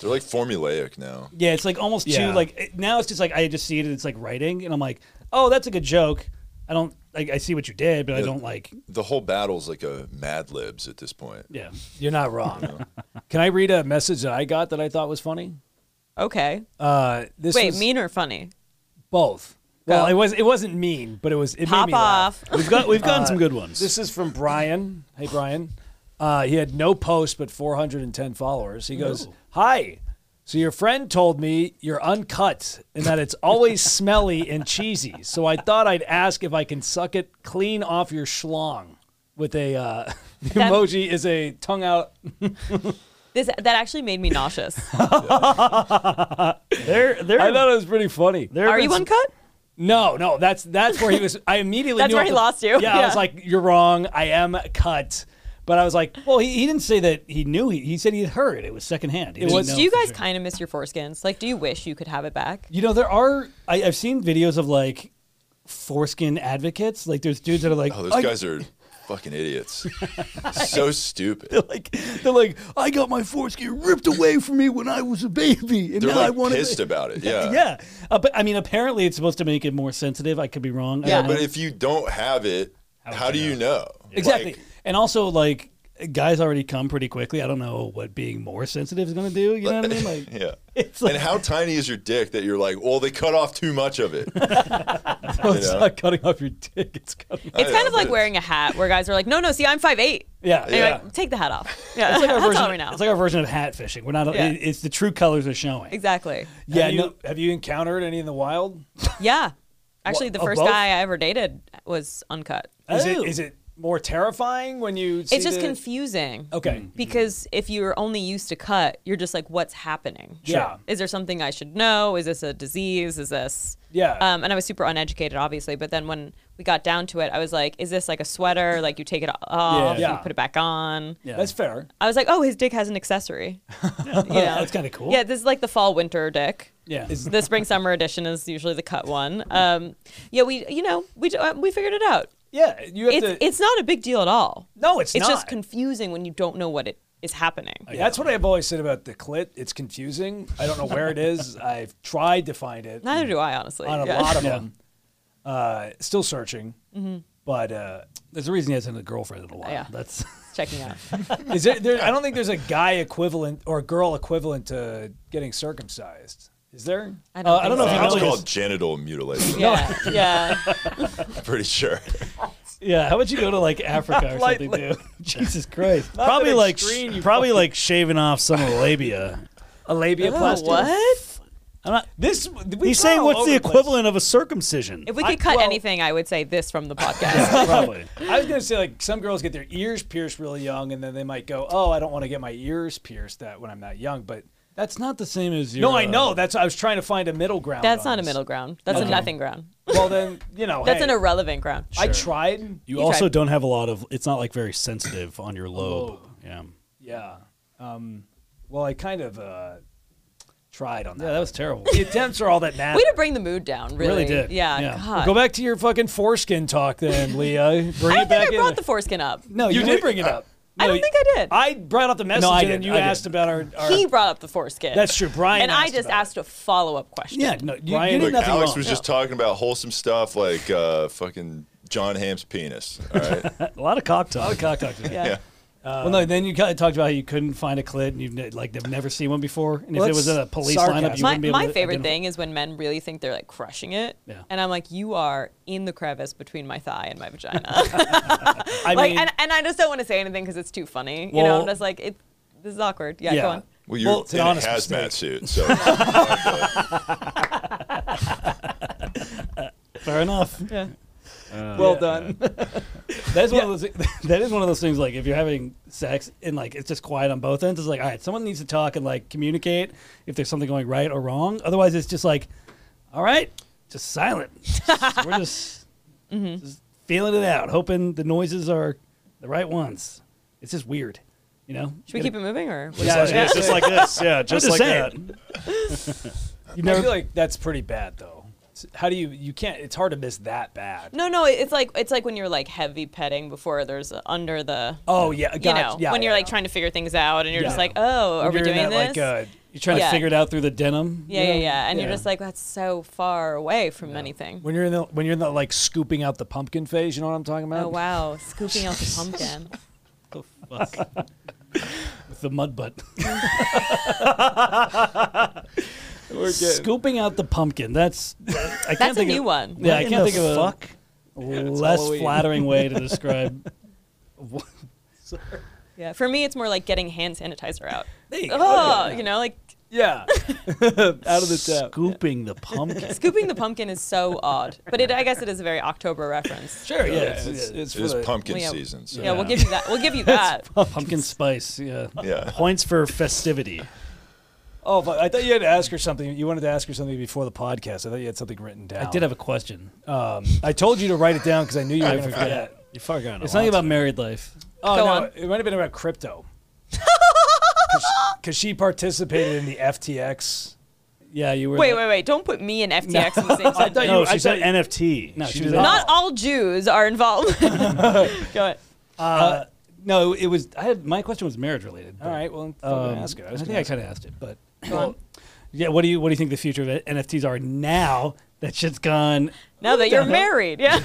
They're like formulaic now.
Yeah, it's like almost
Yeah.
too like it- now it's just like I just see it. and It's like writing, and I'm like, oh, that's a good joke. I don't like I see what you did, but I
Yeah.
don't like.
The whole battle's like a Mad Libs at this point.
Yeah.
You're not wrong. Can I read a message that I got that I thought was funny?
Okay.
Uh, this
Wait, Oh.
was
mean or funny?
both. Well,
Go.
it was it wasn't mean, but it was it made
Pop
me laugh.
off.
We've got we've gotten some good ones.
This is from Brian. Hey, Brian. Uh, he had no post but 410 followers. He goes, "Hi." So your friend told me you're uncut and that it's always smelly and cheesy. So I thought I'd ask if I can suck it clean off your schlong with a uh, the
That-
emoji is a tongue out.
This that actually made me nauseous.
They're they're
I thought it was pretty funny.
they're
Are you uncut?
No, no, that's that's where he was. I immediately
That's
knew
where
off
he
the-
lost you.
Yeah, I
Yeah.
was like, you're wrong. I am cut. But I was like,
Well, he, he didn't say that he knew. He, he said he had heard. It was secondhand. He
It
didn't
was-
know
do you
for
guys
sure.
kind of miss your foreskins? Like, do you wish you could have it back?
You know, there are. I, I've seen videos of like foreskin advocates. Like, there's dudes that are like,
Oh, those
I,
guys are fucking idiots. so stupid.
like they're like, I got my foreskin ripped away from me when I was a baby, and
They're
now I
like
want
pissed
it.
about it.
Yeah,
Yeah.
Uh, but I mean, apparently it's supposed to make it more sensitive. I could be wrong. I
Yeah.
don't know.
But if you don't have it, how, do you know?
exactly.
Like,
and also, like, guys already come pretty quickly. I don't know what being more sensitive is going to do. You know what I mean? Like,
yeah.
it's like,
and how tiny is your dick that you're like, well, they cut off too much of it?
it's not cutting off your dick. It's cutting.
It's
I
kind
know,
of like
but-
wearing a hat where guys are like, no, no, see, I'm 5'8.
Yeah.
And you're
Yeah.
like, take the hat off. Yeah,
It's like, our
that's
version,
all right now.
it's like our version of hat fishing. We're not.
Yeah.
it- it's the true colors are showing.
exactly.
Yeah,
have you,
no-
have you encountered any in the wild?
Yeah. Actually,
What,
the
of
first
both?
guy I ever dated was uncut.
Is
Oh.
it is it more terrifying when you? See
It's just
the-
confusing.
Okay.
Because if you're only used to cut, you're just like, what's happening?
Yeah.
Is there something I should know? Is this a disease? Is this.
Yeah.
Um, and I was super uneducated, obviously. But then when we got down to it, I was like, is this like a sweater? Like you take it off,
Yeah.
you put it back on.
Yeah. That's fair.
I was like, oh, his dick has an accessory. yeah.
That's kind of cool.
Yeah, this is like the fall winter dick.
yeah.
The spring summer edition is usually the cut one. Um, yeah, we you know we uh, we figured it out.
Yeah, you have
It's
to.
it's not a big deal at all.
no, it's,
it's
not.
just confusing when you don't know what it is happening.
That's what I've always said about the clit. It's confusing. I don't know where it is. I've tried to find it
Neither do I, honestly.
on a
Yeah. Mm-hmm.
lot of them. Uh, still searching, but uh,
There's a reason he hasn't had a girlfriend in a while.
Yeah.
That's
checking out.
Is there, there? I don't think there's a guy equivalent or a girl equivalent to getting circumcised. Is there?
I don't,
I don't know if
think
you
That's
know
called genital mutilation.
Yeah, yeah.
I'm pretty sure.
yeah. How about you go to like Africa or something
lightly.
too? Jesus Christ.
probably
an
like
extreme,
sh-
you
probably like shaving off some of the labia.
A
Oh,
labiaplasty.
what?
I'm not,
This we
he's saying
all
what's
over
the
place.
equivalent of a circumcision?
If we could cut anything, I would say this from the podcast.
probably.
I was gonna say like some girls get their ears pierced really young, and then they might go, "Oh, I don't want to get my ears pierced that when I'm that young." But
That's not the same as your.
no, I
uh,
know. That's I was trying to find a middle ground.
That's
on
not a
this.
middle ground. That's a nothing ground.
Well, then you know
That's
hey,
an irrelevant ground.
I tried.
You,
You
also
tried.
don't have a lot of. It's not like very sensitive on your lobe. Yeah.
Yeah. Um, well, I kind of uh, tried on that.
Yeah, that was terrible.
the attempts are all that matter.
Way to bring the mood down. Really,
Really did.
Yeah,
Yeah.
God.
Go back to your fucking foreskin talk then, Leah. Bring
I
it back
don't think
in.
I
Oh,
brought the foreskin up.
No,
you,
you,
did bring it up.
I don't think I did.
I brought up the message
No, I
and then
did.
you
I did.
asked about our, our
he brought up the foreskin.
That's true. Brian
And I
asked
just
about
asked a follow up question.
Yeah, no, you- you,
Brian-
did
Look,
nothing
Alex
wrong.
was just talking about wholesome stuff like uh, fucking John Hamm's penis. All right.
A lot of cock
I
talk.
would cock talk to that.
Yeah.
yeah.
well, no, then you kind of talked about how you couldn't find a clit and you've ne- like have never seen one before, and if
Well,
it was
that's
in a police
sarcasm.
lineup, you
My,
wouldn't be able
my
to
favorite
identify-
thing is when men really think they're like crushing it.
Yeah.
And I'm like, you are in the crevice between my thigh and my vagina.
I
like,
mean,
and, and I just don't want to say anything because it's too funny. you know,
Well-
I'm just like, it, this is awkward. Yeah,
Yeah.
go on.
Well, you're
Well, it's
in
an
a
honest
hazmat suit,
mistake.
so
Fair enough.
Yeah.
well done.
That's one of those. That is one of those things. Like if you're having sex and like it's just quiet on both ends, it's like all right, someone needs to talk and like communicate if there's something going right or wrong. Otherwise, it's just like, all right, just silent. We're just, just feeling it out, hoping the noises are the right ones. It's just weird, you know.
Should we keep it moving or?
Yeah,
Just,
yeah.
like, just like this. Yeah.
I'm
Just,
just
like that.
saying.
I
you never.
feel like that's pretty bad though. S- How do you you can't? It's hard to miss that bad.
No, no, it's like it's like when you're like heavy petting before there's uh, under the
Oh yeah,
you
gotcha.
know
yeah,
when you're
yeah,
like
yeah.
trying to figure things out and you're just
Yeah.
like, oh, are
When
we
you're in
doing
that,
this?
Like, uh,
you're trying
yeah.
to figure it out through the denim.
yeah,
you
yeah,
know?
yeah. And you're just like, that's so far away from anything.
when you're in the when you're in the like scooping out the pumpkin phase, you know what I'm talking about?
Oh wow, scooping out the pumpkin.
with the mud butt.
We're good.
Scooping out the pumpkin. That's I can't
That's a
think
new
of,
one.
Yeah, I
in
can't
the
think of a
fuck?
less
Halloween.
flattering way to describe.
Yeah, for me, it's more like getting hand sanitizer out.
There you go.
Oh, you know, like
Yeah. Out of the tap.
Scooping the pumpkin.
scooping the pumpkin is so odd, but it, I guess it is a very October reference.
Sure, yeah. It's,
it's-
it's
It is
for the-
pumpkin
Yeah.
season. So.
Yeah, we'll give you that. We'll give you that.
uh,
pumpkin spice. Yeah.
Yeah.
Points for festivity.
Oh, but I thought you had to ask her something. You wanted to ask her something before the podcast. I thought you had something written down.
I did have a question.
Oh,
Um, I told you to write it down because I knew you were going to forget.
You forgot.
It's not about married life.
Oh,
Go
no,
on.
it might have been about crypto. Because she participated in the FTX.
Yeah, you were.
Wait, wait, wait! Don't put me and FTX in the same
thought
sentence.
No,
you- I
she said
thought-
NFT.
No,
she
she
did
was
not.
Not all Jews are involved. Go ahead.
Uh, no, it was. I had my question was marriage related. but,
All right, well, I'm going
um,
to ask her.
I,
I was
think
gonna
I
ask her.
kind of asked it, but
Go on.
yeah. What do you What do you think the future of NFTs are now that shit's gone?
Now that you're married, yeah.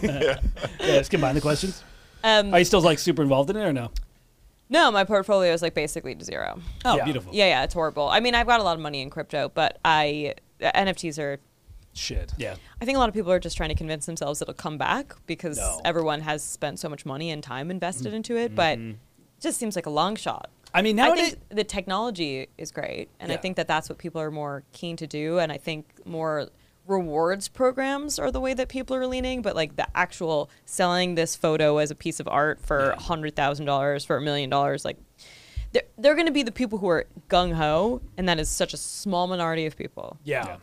Yeah, let's combine the questions.
Um,
Are you still like super involved in it or no?
no, my portfolio is like basically to zero.
Oh,
Yeah.
beautiful.
Yeah, yeah, it's horrible. I mean, I've got a lot of money in crypto, but I NFTs are.
Shit.
Yeah.
I think a lot of people are just trying to convince themselves it'll come back because
No.
everyone has spent so much money and time
Mm.
invested into it, but
Mm-hmm.
it just seems like a long shot.
I mean,
I
nowadays.
think the technology is great, and I
Yeah.
think that that's what people are more keen to do. And I think more rewards programs are the way that people are leaning. But like the actual selling this photo as a piece of art for hundred thousand dollars, for a million dollars, like they're, they're going to be the people who are gung ho, and that is such a small minority of people.
Yeah.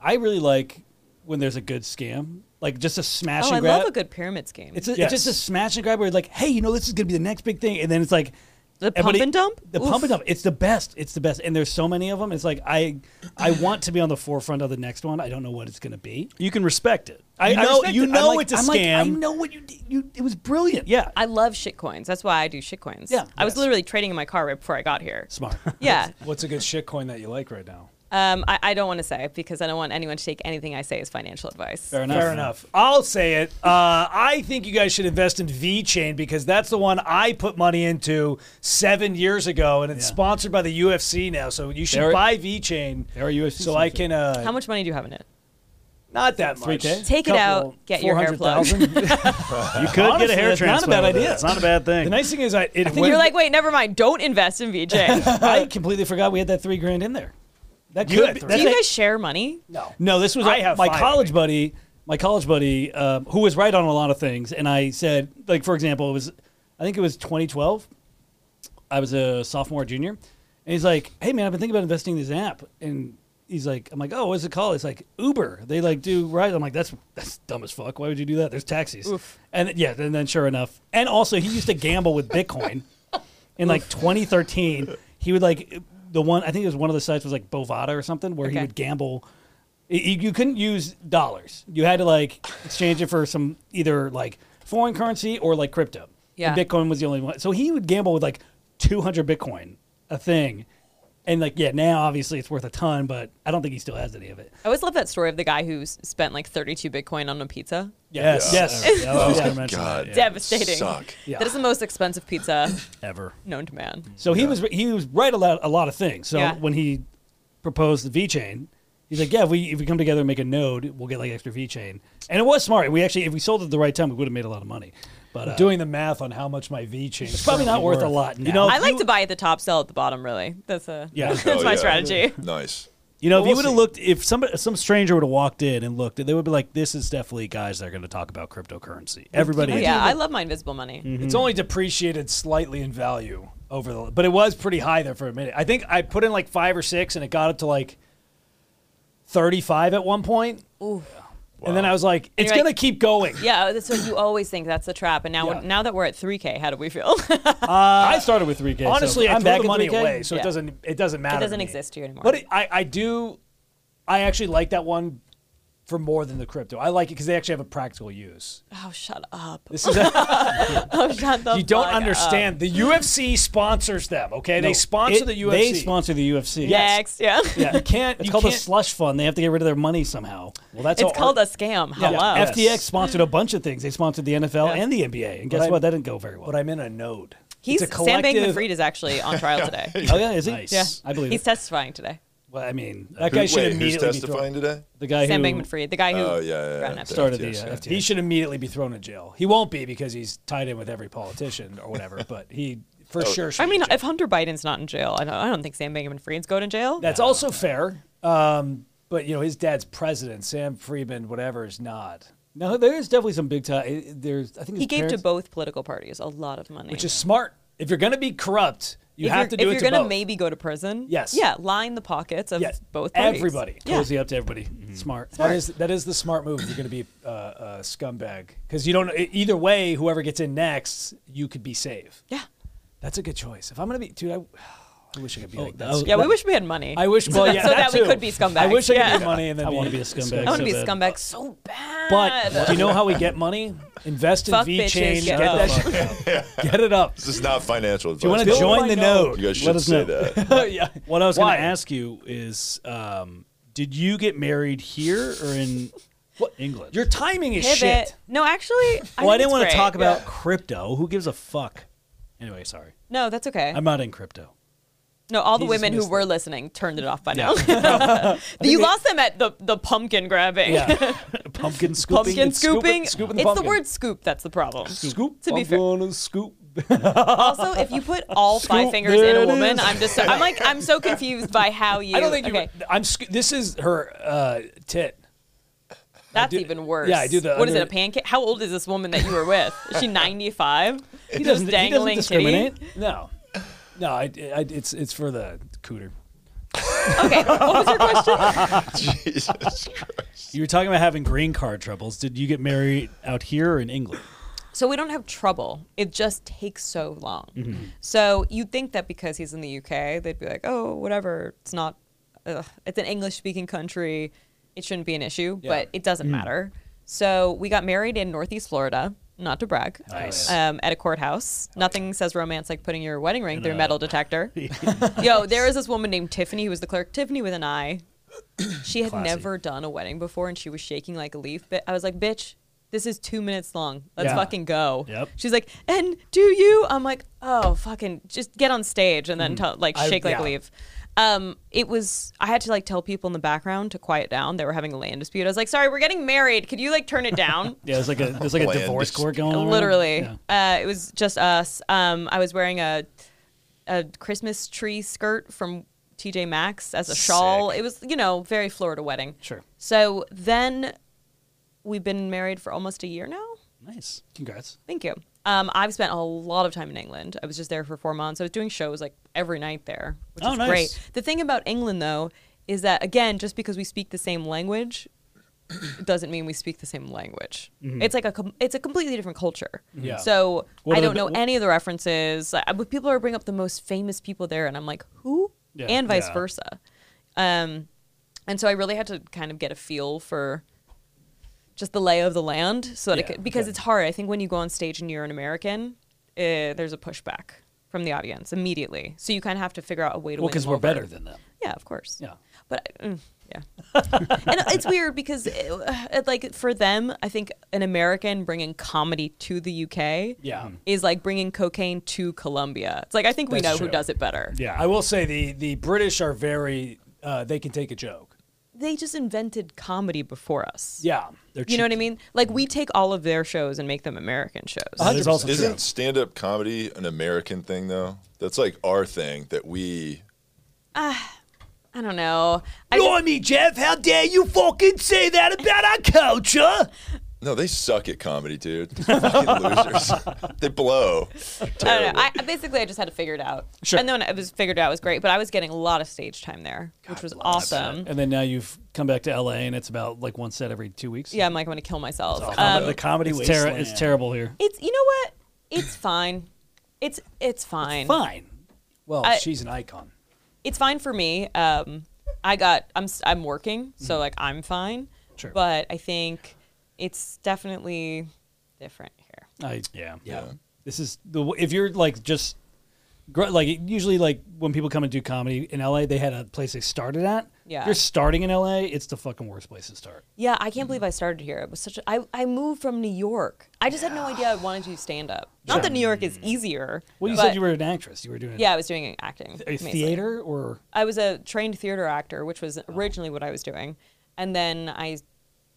I really like when there's a good scam, like just a smash
Oh,
and
I
grab.
love a good pyramid scheme.
it's, a,
Yes.
it's just a smash and grab where like, hey, you know, this is gonna be the next big thing, and then it's like
The pump
everybody-
and dump?
The
Oof.
pump and dump. It's the best. It's the best, and there's so many of them. It's like I, I want to be on the forefront of the next one. I don't know what it's gonna be.
You can respect it. I,
I-
you
I
know,
respect
you
it. I'm
know
like-
it's a
I'm like,
scam.
I know what you did. You, it was brilliant.
Yeah.
I love shit coins. That's why I do shit coins.
Yeah,
I was
yes.
literally trading in my car right before I got here.
Smart.
Yeah.
What's a good shit coin that you like right now?
Um, I, I don't want to say because I don't want anyone to take anything I say as financial advice.
Fair enough.
Fair enough. I'll say it. Uh, I think you guys should invest in V Chain because that's the one I put money into seven years ago, and it's
Yeah.
sponsored by the UFC now. So you should
They're-
buy V Chain.
they're a UFC
So I
sponsor.
can. Uh,
How much money do you have in it?
Not that much.
3K?
Take it out, get your hair plugged.
400,000?
You could
Honestly,
get a hair
that's not a
transplant.
bad
with it.
idea.
It's not a bad thing.
the nice thing is, I, it went-
You're like, wait, never mind. Don't invest in VJ.
I completely forgot we had that three grand in there. That
You
could.
had
be-
three?
do
that's
you
a-
guys share money?
no.
No, this was
I have
my
five, I
college
think.
buddy. My college buddy, um, who was right on a lot of things, and I said, like for example, it was, I think it was 2012. I was a sophomore, junior, and he's like, "Hey man, I've been thinking about investing in this app," and he's like, "I'm like, oh, what's it called?" It's like Uber. They like do rides. I'm like, that's that's dumb as fuck. Why would you do that? There's taxis. And th- yeah, and then sure enough, and also he used to gamble with Bitcoin. In like 2013, he would like the one. I think it was one of the sites was like Bovada or something where he
Okay.
would gamble. Y- y- You couldn't use dollars. You had to like exchange it for some either like foreign currency or like crypto.
Yeah.
And Bitcoin was the only one. So he would gamble with like 200 Bitcoin a thing. And like, yeah, now obviously it's worth a ton, but I don't think he still has any of it.
I always love that story of the guy who s- spent like 32 Bitcoin on a pizza.
Yes.
Yeah.
Yes. Oh, I was
Yeah.
going to mention
God.
that. Yeah.
Devastating.
Suck.
Yeah.
That is the most expensive pizza
Ever.
known to man.
So he was he was right a lot, a lot of things. So
Yeah.
when he proposed the V chain, he's like, yeah, if we if we come together and make a node, we'll get like extra V chain. And it was smart. We actually, if we sold it at the right time, we would have made a lot of money. But uh,
Doing the math on how much my V Chain.
it's probably not worth a lot. Now. You know,
I like to buy at the top, sell at the bottom, really. That's a
Yeah.
that's
Oh,
my
yeah.
strategy.
Nice.
You know,
Well,
if
we'll
you would have
see.
looked, if some some stranger would have walked in and looked, they would be like, "This is definitely guys that are going to talk about cryptocurrency." Everybody,
Oh, yeah, I love my invisible money.
Mm-hmm.
It's only depreciated slightly in value over the, but it was pretty high there for a minute. I think I put in like five or six, and it got up to like thirty-five at one point. And then I was like, it's
you're
gonna
like-
keep going.
Yeah, that's what you always think. That's the trap. And now,
Yeah.
now that we're at 3K, how do we feel? it
I started with three K.
Honestly,
so
I
I'm back
threw
at
the money
3K.
away, so
Yeah.
it doesn't it doesn't matter.
doesn't
to me.
exist to you anymore.
But it, I I do, I actually like that one for more than the crypto. I like it because they actually have a practical use.
oh, shut up.
This is
Oh, shut the
you don't
fuck up.
understand. The UFC sponsors them. Okay,
No,
they sponsor
it-
the UFC.
They sponsor the UFC.
Next, yeah.
You can't.
It's
you
called a
can't-
slush fund. They have to get rid of their money somehow.
Well, that's
It's
all
called
art-
a scam. Hello.
uh, Yeah.
FTX sponsored a bunch of things. They sponsored the NFL and the NBA. And guess
But I-
what? That didn't go very well.
But I'm in a node.
He's
it's a
Sam
collective-
Bankman-Fried is actually on trial today.
oh yeah, is he?
Nice.
Yeah,
I believe
he's
it.
testifying today.
Well, I mean,
That
Who-
guy should
wait, who's
immediately be thrown.
testifying today?
the guy
Sam
who
Bankman Fried, the guy who
Oh yeah, yeah, yeah.
ran up.
started the
Yes,
uh,
yes.
FTX.
He should immediately be thrown in jail. He won't be because he's tied in with every politician or whatever. but he for sure. Should
I
be
mean,
in jail.
if Hunter Biden's not in jail, I don't, I don't think Sam Bankman Fried's going to jail.
that's also fair. Um, but you know, his dad's president, Sam Friedman, whatever, is not, uh,
No, there's definitely some big time. There's, I think
he
his
gave to
parents-
both political parties a lot of money.
which is smart. If you're going to be corrupt, you
if
have
you're,
to do
if
it
you're
to
gonna
both.
maybe go to prison.
Yes.
Yeah, line the pockets of
Yes.
both parties.
Everybody.
Yeah.
cozy up to everybody.
Mm-hmm.
Smart.
That is that is the smart move. if You're going to be uh, a scumbag because you don't. e- Either way, whoever gets in next, you could be safe.
Yeah.
That's a good choice. If I'm going to be, dude, I, I wish I could be like that.
that was-
Yeah, we wish we had money.
I wish.
so
Well,
that,
yeah,
Oh, so that,
too.
we could be scumbags.
I wish I
yeah.
could get money and then
I wanna be a
I want to
so
be a
bad.
scumbag so bad.
But do you know how we get money? Invest in
Fuck
V
bitches,
Chain.
get
Get,
up.
that shit up. Get it up.
This is not financial advice.
you want to
by the way.
join the node?
You guys
let
should
us
say
know.
that.
yeah.
What I was going
Why?
to ask you is, um, did you get married here or in England?
Your timing is
Pivot.
shit.
No, actually, I
well, I
think
didn't
it's
want to
great.
talk about
Yeah.
crypto. Who gives a fuck? Anyway, sorry.
No, that's okay.
I'm not in crypto.
no, all the
Jesus
women who
missed
were listening turned it off by now. you lost them at the the pumpkin grabbing.
Yeah.
Pumpkin scooping.
Pumpkin
It's scooping-
scooping.
scooping the
it's
pumpkin.
the word scoop that's the problem.
Scoop.
To be
I'm
fair.
gonna scoop.
Also, if you put all five
Scoop,
fingers in
there
a
it
woman,
is.
I'm just so, I'm like I'm so confused by how you.
I don't think you.
okay,
I'm. sc- This is her uh, tit.
that's
do-
even worse.
yeah, I do the
What is it?
under-
A pancake? How old is this woman that you were with? Is she 95? He
doesn't- he doesn't
dangling titty?
discriminate.
No, no. I, I, it's it's for the cooter.
Okay, what was your question?
Jesus Christ.
You were talking about having green card troubles. Did you get married out here or in England?
So we don't have trouble. It just takes so long. So you'd think that because he's in the UK, they'd be like, oh, whatever. It's not. Ugh, it's an English-speaking country. It shouldn't be an issue, but it doesn't matter. So we got married in Northeast Florida. Not to brag.
Nice.
Um, at a courthouse. Nothing says romance like putting your wedding ring through a metal detector. Yo, there was this woman named Tiffany who was the clerk. Tiffany with an I. She had never done a wedding before, and she was shaking like a leaf. But I was like, "Bitch, this is two minutes long. Let's
Yeah.
fucking go."
Yep.
She's like, "And do you?" I'm like, "Oh, fucking, just get on stage and then tell, like
Mm-hmm. I-
shake like a
yeah.
leaf." Um, it was. I had to like tell people in the background to quiet down. They were having a land dispute. I was like, "Sorry, we're getting married. Could you like turn it down?"
Yeah, it's like a there's like a
Land.
divorce court going on.
Literally, uh, it was just us. Um, I was wearing a a Christmas tree skirt from TJ Maxx as a shawl. It was, you know, very Florida wedding.
Sure.
So then we've been married for almost a year now.
Nice. Congrats.
Thank you. Um, I've spent a lot of time in England. I was just there for four months. I was doing shows like every night there, which
Oh,
is
nice.
great. The thing about England, though, is that again, just because we speak the same language, it doesn't mean we speak the same language. It's like a com- it's a completely different culture.
Yeah.
So
Mm-hmm. What
I
are the
don't know
bi-
any of the references. I, but people are bringing up the most famous people there, and I'm like, who?
Yeah.
And vice
Yeah.
versa. Um, and so I really had to kind of get a feel for just the lay of the land so that it
Yeah,
could, because it's hard. I think when you go on stage and you're an American, uh, there's a pushback from the audience immediately. So you kind of have to figure out a way to
Well,
win
because
them
we're
over.
better than them.
Yeah, of course.
Yeah.
But I- mm, yeah, and it's weird because uh, it, like for them, I think an American bringing comedy to the UK
Yeah.
is like bringing cocaine to Colombia. It's like I think we
That's
know who
true.
does it better.
Yeah.
I will say the the British are very. Uh, they can take a joke.
They just invented comedy before us.
Yeah.
They're
You know what I
cheeky.
mean? Like we take all of their shows and make them American shows.
That is also true.
Isn't stand up comedy an American thing, though? That's like our thing that we.
I don't know. I just-
Blimey, Jeff, how dare you fucking say that about our culture?
No, they suck at comedy, dude. They're fucking losers. they blow.
I don't
Terrible.
know. I, I basically I just had to figure it out. Sure. And then it was figured out it was great, but I was getting a lot of stage time there, which was awesome.
And then now you've come back to LA and it's about like one set every two weeks.
Yeah, I'm like, I'm gonna kill myself.
the
Um,
comedy
It's, terri-
wasteland.
it's terrible here.
it's you know what? It's fine. It's it's fine.
Fine.
Well,
I-
she's an icon.
It's fine for me. Um, I got I'm s- I'm working,
Mm-hmm.
so like I'm fine.
Sure.
But I think it's definitely different here.
I,
Yeah.
yeah.
This is the w- if you're like just gr- like usually like when people come and do comedy in LA, they had a place they started at.
Yeah.
If you're starting in LA, it's the fucking worst place to start.
Yeah, I can't believe
Mm-hmm.
I started here. It was such a, I, I moved from New York. I just had no idea I wanted to do stand up. Not that New York is easier.
Mm-hmm. Well, you
but-
said you were an actress. You were doing
Yeah, I was doing acting.
a
mainly.
theater or
I was a trained theater actor, which was originally what I was doing. And then I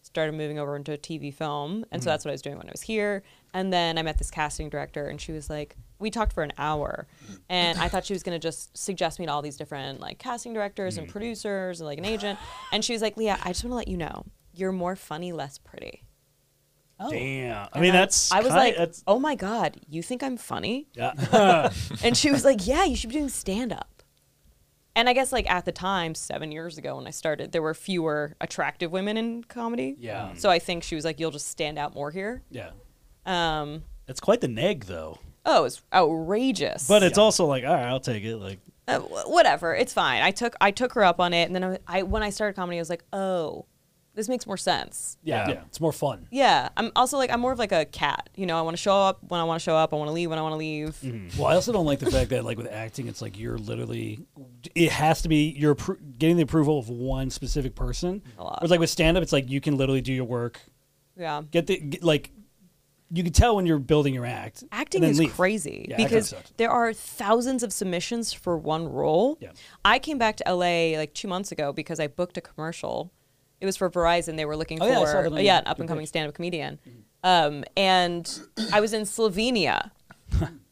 started moving over into TV film. And
Mm-hmm.
so that's what I was doing when I was here. And then I met this casting director, and she was like, we talked for an hour.
Mm.
And I thought she was going to just suggest me to all these different like casting directors
Mm.
and producers and like an agent. And she was like, Leah, I just want to let you know you're more funny, less pretty.
Damn. I
And
mean, that's.
Oh. I was
kind-
like,
that's,
oh my God, you think I'm funny?
yeah.
And she was like, Yeah, you should be doing stand up. And I guess, like, at the time, seven years ago when I started, there were fewer attractive women in comedy.
Yeah.
Mm.
So I think she was like, You'll just stand out more here.
yeah.
Um,
that's quite the neg, though.
oh, it's outrageous.
But it's also like, all right, I'll take it. Like,
Uh, wh- whatever. It's fine. I took I took her up on it. And then I, I, when I started comedy, I was like, Oh, this makes more sense.
Yeah.
Yeah.
It's more fun.
Yeah. I'm also like, I'm more of like a cat. You know, I want to show up when I want to show up. I want to leave when I want to leave.
Mm-hmm.
Well, I also don't like the fact that like with acting, it's like you're literally it has to be you're appro- getting the approval of one specific person.
A lot.
Whereas like with stand up, it's like you can literally do your work,
Yeah.
get the get, like you can tell when you're building your act. and
acting
then
is
leave.
crazy
Yeah, acting
because
sucks.
there are thousands of submissions for one role.
Yeah.
I came back to LA like two months ago because I booked a commercial. It was for Verizon. They were looking
Oh, yeah, I saw
for
that on
yeah,
your-
an up and
your
coming
page.
stand up comedian.
Mm-hmm.
Um, and I was in Slovenia.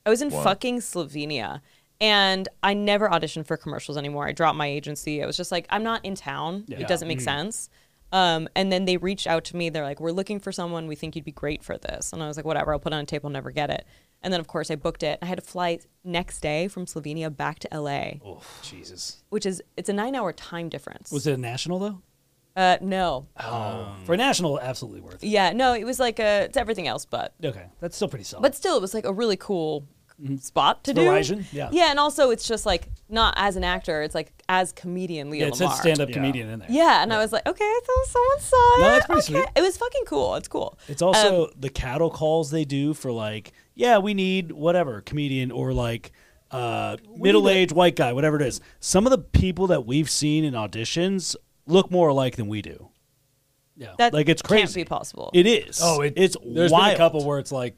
I was in fucking Slovenia. And I never auditioned for commercials anymore. I dropped my agency. I was just like, I'm not in town. It doesn't
Mm-hmm.
make sense. Um, and then they reached out to me. They're like, We're looking for someone. We think you'd be great for this. And I was like, Whatever. I'll put it on a tape. I'll never get it. And then, of course, I booked it. I had to fly next day from Slovenia back to LA,
Oh, Jesus.
which is it's a nine hour time difference.
Was it a national though?
Uh, no.
Mm.
For a national, absolutely worth it.
Yeah, no. It was like a it's everything else, but
Okay, that's still pretty solid.
but still, it was like a really cool spot to do.
Mm-hmm. Verizon, yeah.
Yeah, and also it's just like not as an actor, it's like as comedian Leo
yeah, it said
Lamar.
stand up
Yeah.
comedian in there.
Yeah, and I was like, okay, so someone saw it.
No, that's pretty
okay.
sweet.
It was fucking cool. It's cool.
it's
Um,
also the cattle calls they do for, like, yeah, we need whatever comedian or like uh, middle aged white guy, whatever it is. Some of the people that we've seen in auditions look more alike than we do.
yeah.
That
Like, it's
Can't
crazy.
be possible.
It is.
Oh, it,
it's
there's
wild.
been a couple where it's like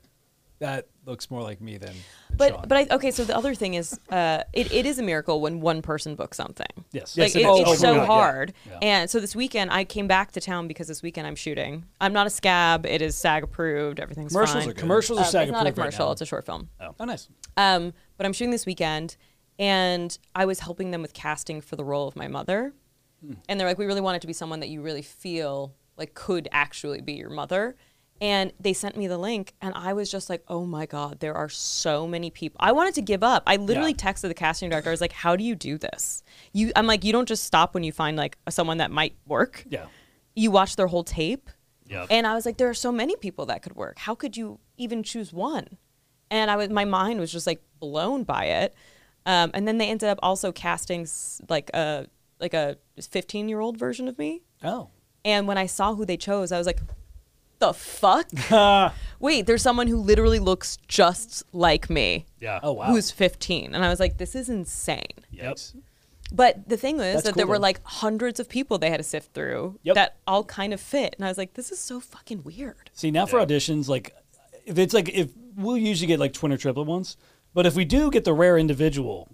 that looks more like me than
but
Sean.
but I, okay, so the other thing is, uh, it, it is a miracle when one person books something.
Yes.
Like
Yes,
it-
it is.
it's
Oh,
so
yeah, yeah.
hard.
Yeah.
And so this weekend I came back to town because this weekend I'm shooting. I'm not a scab. It is SAG approved. Everything's
commercials
fine.
are commercials
Um,
are SAG
it's not a
approved right
commercial.
now.
it's a short film.
Oh, nice.
Um, but I'm shooting this weekend, and I was helping them with casting for the role of my mother. And they're like, we really want it to be someone that you really feel like could actually be your mother. And they sent me the link, and I was just like, oh my God, there are so many people. I wanted to give up. I literally texted the casting director. I was like, how do you do this? You, I'm like, you don't just stop when you find like someone that might work.
Yeah.
You watch their whole tape.
Yep.
And I was like, there are so many people that could work. How could you even choose one? And I was, my mind was just like blown by it. Um, and then they ended up also casting s- like a like a 15 year old version of me.
Oh.
And when I saw who they chose, I was like, the fuck? Wait, there's someone who literally looks just like me.
Yeah.
Oh wow.
Who's 15? And I was like, this is insane.
Yep.
But the thing was
That's
that there
cool,
were
though.
like hundreds of people they had to sift through
Yep.
that all kind of fit. And I was like, this is so fucking weird.
See now for auditions, like if it's like if we'll usually get like twin or triplet ones, but if we do get the rare individual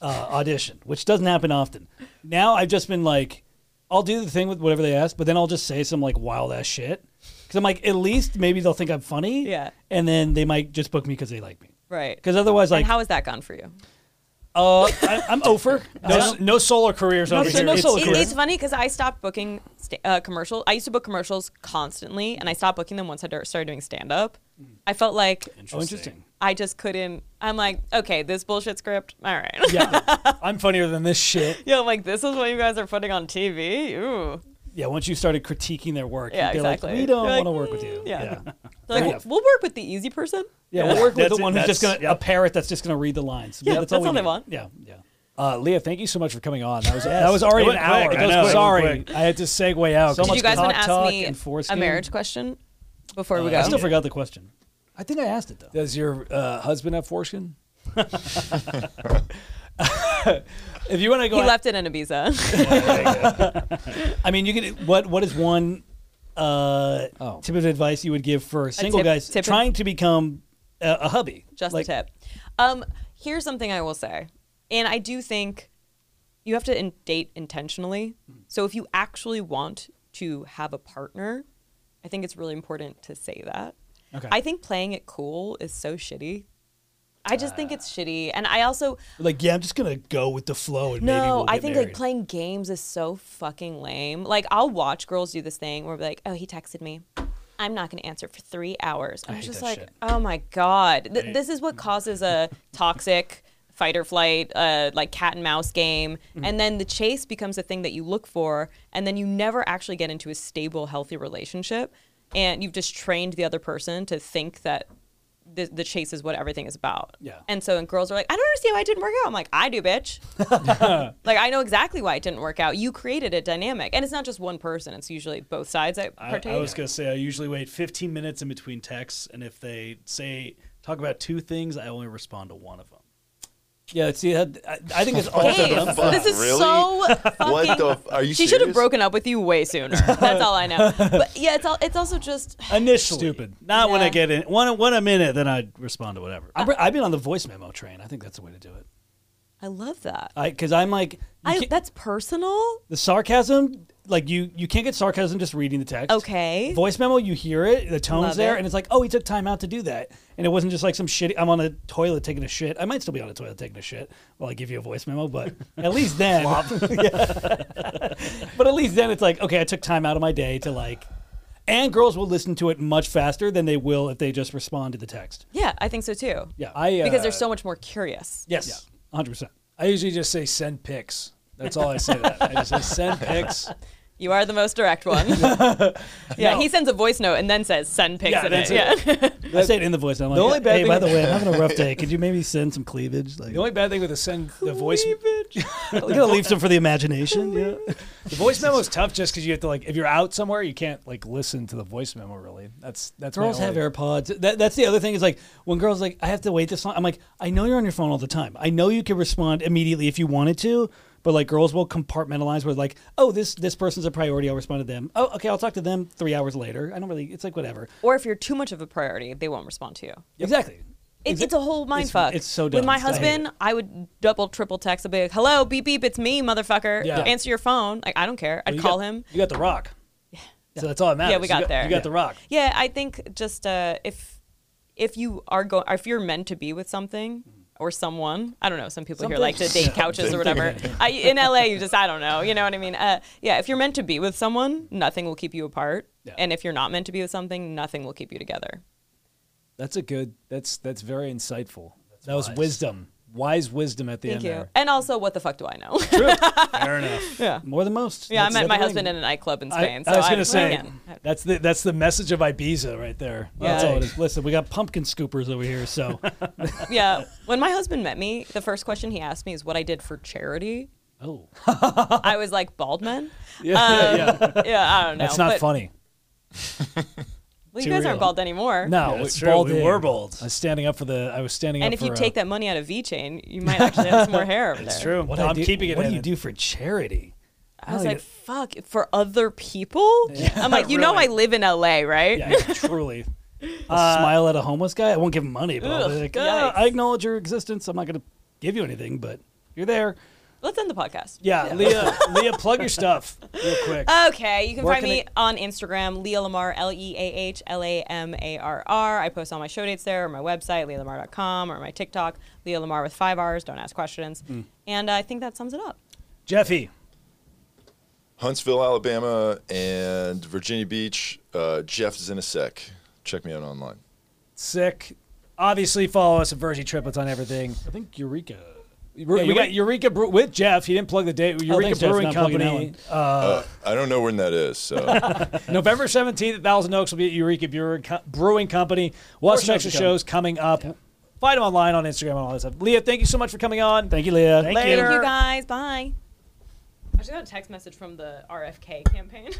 uh, audition, which doesn't happen often, now I've just been like, I'll do the thing with whatever they ask, but then I'll just say some like wild ass shit because I'm like, at least maybe they'll think I'm funny,
Yeah.
and then they might just book me because they like me.
Right.
Because otherwise, like,
and how has that gone for you?
uh, I, I'm over.
No, no solar careers
No
over
so-
here.
no
It's-
solo
It-
career.
it's funny because I stopped booking sta- uh, commercials. I used to book commercials constantly, and I stopped booking them once I d- started doing stand up. I felt like
Oh, Mm. interesting.
I just couldn't. I'm like, okay, this bullshit script. All right.
yeah, I'm funnier than this shit.
Yeah, I'm like, this is what you guys are putting on TV. Ooh.
Yeah, once you started critiquing their work,
Yeah,
they're
exactly.
like, we don't
You're like,
want to work with you.
mm, yeah.
yeah.
They're like,
enough.
we'll work with the easy person.
Yeah, we'll work with
That's
the
it,
one who's just
that's-
gonna a parrot that's just gonna read the lines.
Yeah, that's
we
all they
need.
want.
Yeah, yeah.
Uh, Leah, thank you so much for coming on. That was that was already an
It went
hour.
quick,
That
I
was
know, it went
sorry,
quick.
I had to segue out.
So
Did
much
you guys want
cock
to ask
talk
me
and
a
foreskin.
marriage question before we go?
I still forgot the question. I think I asked it though.
Does your uh, husband have foreskin? If you want to go,
He
out-
left it in Ibiza.
I mean, you could. What What is one uh,
Oh.
tip of advice you would give for single
tip-
guys
tip of-
trying to become a, a hubby?
Just a
Like,
tip. Um, here's something I will say, and I do think you have to in- date intentionally. So if you actually want to have a partner, I think it's really important to say that.
Okay.
I think playing it cool is so shitty. I just
Uh.
think it's shitty, and I also
Like, yeah, I'm just gonna go with the flow and maybe
No,
we'll
I
get
think
married.
like playing games is so fucking lame. Like I'll watch girls do this thing where we're like, oh, he texted me. I'm not going to answer for three hours. I'm just like, oh my god, Th- this is what causes a toxic fight or flight, uh, like cat and mouse game,
Mm-hmm.
and then the chase becomes a thing that you look for, and then you never actually get into a stable, healthy relationship, and you've just trained the other person to think that the, the chase is what everything is about.
Yeah.
And so, and girls are like, I don't understand why it didn't work out. I'm like, I do, bitch. like, I know exactly why it didn't work out. You created a dynamic, and it's not just one person. It's usually both sides that
I,
partake.
I was gonna say I usually wait 15 minutes in between texts, and if they say talk about two things, I only respond to one of them.
yeah. See, that, I, I think it's also
Hey,
the fuck?
this is
Really?
so fucking.
What the? F- are you?
she should have
serious?
broken up with you way sooner. That's all I know. But yeah, it's all, it's also just
initially
Stupid. Not when
Yeah.
I get in one one a minute, then I respond to whatever.
I've, I've been on the voice memo train. I think that's the way to do it.
I love that.
I because I'm like Uh, you
I,
can't-
that's personal.
the sarcasm. Like you, you can't get sarcasm just reading the text.
Okay.
Voice memo, you hear it, the tone's
Love
there,
it.
and it's like, oh, he took time out to do that, and it wasn't just like some shitty. I'm on a toilet taking a shit. I might still be on a toilet taking a shit while I give you a voice memo, but at least then, Yeah. but at least then it's like, okay, I took time out of my day to like, and girls will listen to it much faster than they will if they just respond to the text.
Yeah, I think so too.
Yeah,
I, uh,
Because they're so much more curious.
yes, hundred percent.
I usually just say send pics. That's all I say. to that. I just say send pics.
You are the most direct one. yeah, he sends a voice note and then says send pics
Yeah,
in
that's
it. Yeah.
I say it in the voice. memo. I'm like,
only bad
hey,
thing-
by the way, I'm having a rough day. Could you maybe send some cleavage? Like,
The only bad thing with the send the voice
I'm gonna leave some for the imagination. Yeah.
the voice memo is tough just because you have to like if you're out somewhere you can't like listen to the voice memo really. That's that's my
Girls have
only-
AirPods. That, that's the other thing is like when girls like I have to wait this long. I'm like I know you're on your phone all the time. I know you could respond immediately if you wanted to, but like girls will compartmentalize where like oh this this person's a priority. I'll respond to them. Oh okay, I'll talk to them three hours later. I don't really. It's like whatever.
or if you're too much of a priority, they won't respond to you.
Exactly.
It, it's a whole mind
it's-
fuck.
it's so
With
dumb.
my
I hate
husband, I would double, triple text. I'd be like, "Hello, beep, beep, it's me, motherfucker.
Yeah.
Answer your phone." Like, I don't care. I'd
You
call
got-
him.
You got the rock. So that's all that matters.
Yeah, we got
you got,
there.
You got
Yeah.
the rock.
Yeah, I think just uh, if if you are going, if you're meant to be with something or someone, I don't know. Some people here like to date couches or whatever. I, in LA, you just I don't know. You know what I mean? Uh, yeah, if you're meant to be with someone, nothing will keep you apart. And if you're not meant to be with something, nothing will keep you together.
That's a good. That's that's very insightful. that was wisdom, wise wisdom at the
Thank
end
you.
there.
And also, what the fuck do I know?
Fair enough.
yeah.
More than most.
Yeah,
That's-
I met
that's
my
the
husband in
thing.
a nightclub in
I,
Spain.
I was
so
gonna say
again, I-
that's the that's the message of Ibiza right there.
Yeah. Um,
That's all it is.
Listen, we got pumpkin scoopers over here, so
yeah. When my husband met me, the first question he asked me is what I did for charity.
oh,
I was like, bald men?
Yeah,
Um, yeah. I don't know.
That's not
But-
funny.
Well, you guys aren't bald anymore.
No,
Yeah, that's
it's
true.
bald
We
in.
were bald.
I was standing up for the. I was standing
And
up.
if you
for,
take
uh,
that money out of V Chain, you might actually have some more hair over there.
True.
what
No,
I
I'm
do-
keeping it.
What
in.
do you do for charity?
I was like, fuck, for other people? I'm like, you know
really.
I live in LA, right?
Yeah, truly.
Uh,
I'll smile at a homeless guy. I won't give him money, but I'll be
Ugh,
like, yeah,
yikes.
I acknowledge your existence. I'm not going to give you anything, but you're there.
Let's end the podcast.
yeah, Leah, Leah, plug your stuff real quick.
Okay, you can
Where
find
can
me
they-
on Instagram, Leah Lamar, L E A H L A M A R R. I post all my show dates there, or my website, leahlamar.com, or my TikTok, Leah Lamar with five R's, don't ask questions.
Hmm.
And uh, I think that sums it up.
Jeffy,
Huntsville, Alabama, and Virginia Beach. Uh, Jeff Zinasek. Check me out online.
sick. Obviously, follow us at Virgie Triplets on everything.
I think Eureka.
we got Eureka Brew- with Jeff. He didn't plug the
Oh,
date. Eureka
thanks, Jeff.
Brewing
Not plugging
Company.
Uh, I don't know when that is. So.
November 17th at Thousand Oaks will be at Eureka Brewing Co- Brewing Company. We'll have some
Horse
extra
Shows
shows coming up. Find them online on Instagram and all that stuff. Leah, thank you so much for coming on.
Thank you, Leah.
Thank
Thank
Later.
you guys. Bye. I just got a text message from the RFK campaign.